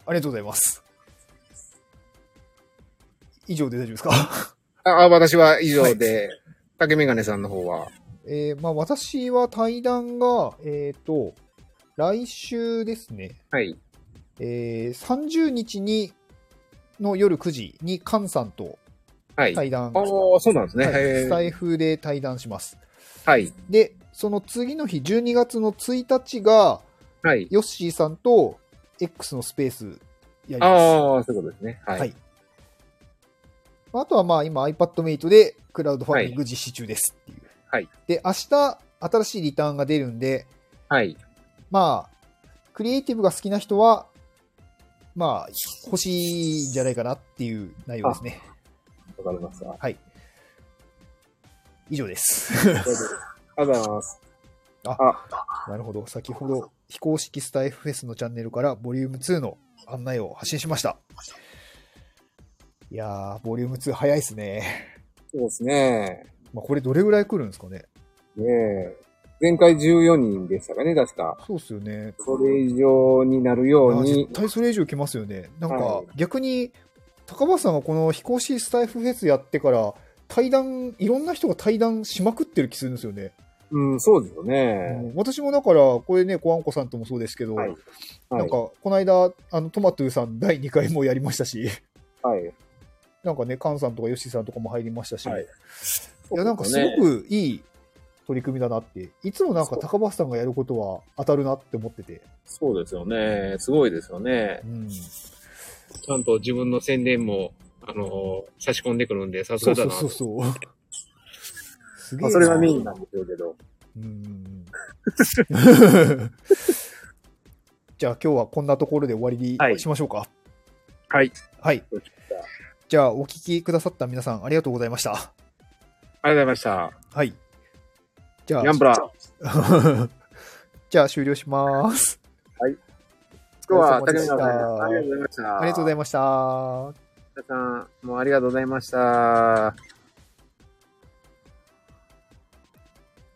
A: ありがとうございます。以上で大丈夫です か
B: あ、あ私は以上で、竹メガネさんの方は。
A: えー、まあ私は対談が、えっ、と、来週ですね、
B: はい。
A: えー、30日に、の夜9時にカンさんと
B: はい。
A: 対談、
B: ああ、そうなんですね。
A: はい
B: へ
A: ス
B: ー
A: タイフで対談します。
B: はい。
A: で、その次の日、12月の1日が、
B: はい。
A: ヨッシーさんと X のスペースやります。
B: ああ、そういうことですね。は
A: はいい。あとはまあ今 iPadMate でクラウドファンディング実施中ですっていう。
B: はい
A: で、明日新しいリターンが出るんで、
B: はい。
A: まあ、クリエイティブが好きな人は、まあ、欲しいんじゃないかなっていう内容ですね。
B: わかりました。あ
A: 以上 です。
B: りがとうございます。
A: なるほど。先ほど非公式スタイフフェスのチャンネルからボリューム2の案内を発信しました。いやー、ボリューム2早いですね。
B: そうですね。
A: まあ、これどれぐらい来るんですかね。
B: ねえ。前回14人でしたかね、確か。
A: そうっすよね。
B: それ以上になるよう
A: あ
B: に
A: 絶。対それ以上来ますよね。なんか
B: はい
A: 逆に高橋さんがこの非公式スタイフフェスやってから対談いろんな人が対談しまくってる気するんですよね。
B: うん、そうですよ
A: う
B: ね。
A: ん私もだからこれねコアンコさんともそうですけど、
B: はい
A: な
B: は
A: ん
B: い
A: か。この間あのトマトゥーさん第2回もやりましたし
B: はい。
A: なんかねカンさんとかヨシさんとかも入りましたし、
B: はい
A: い、やなんかすごくいい取り組みだなっていつもなんか高橋さんがやることは当たるなって思ってて、
B: そうですよね。すごいですよね
A: う。ん、
B: ちゃんと自分の宣伝も、あの、差し込んでくるんで、さす
A: そ
B: が
A: うそう
B: だな。
A: そうそう すげえ
B: まあ
A: な
B: それがメインなんでしょうけど。
A: うん じゃあ今日はこんなところで終わりにしましょうか。はい。
B: はい。
A: じゃあお聞きくださった皆さんありがとうございました。
B: ありがとうございました。
A: はい。じゃあ、
B: ヤンプラー。
A: じゃあ終了します。
B: 今日は
A: お疲
B: 竹
A: れ様
B: 村さん
A: でした
B: ありがとうございました。
A: ありがとうございました。
B: ました。皆さん、もうありがとうございました。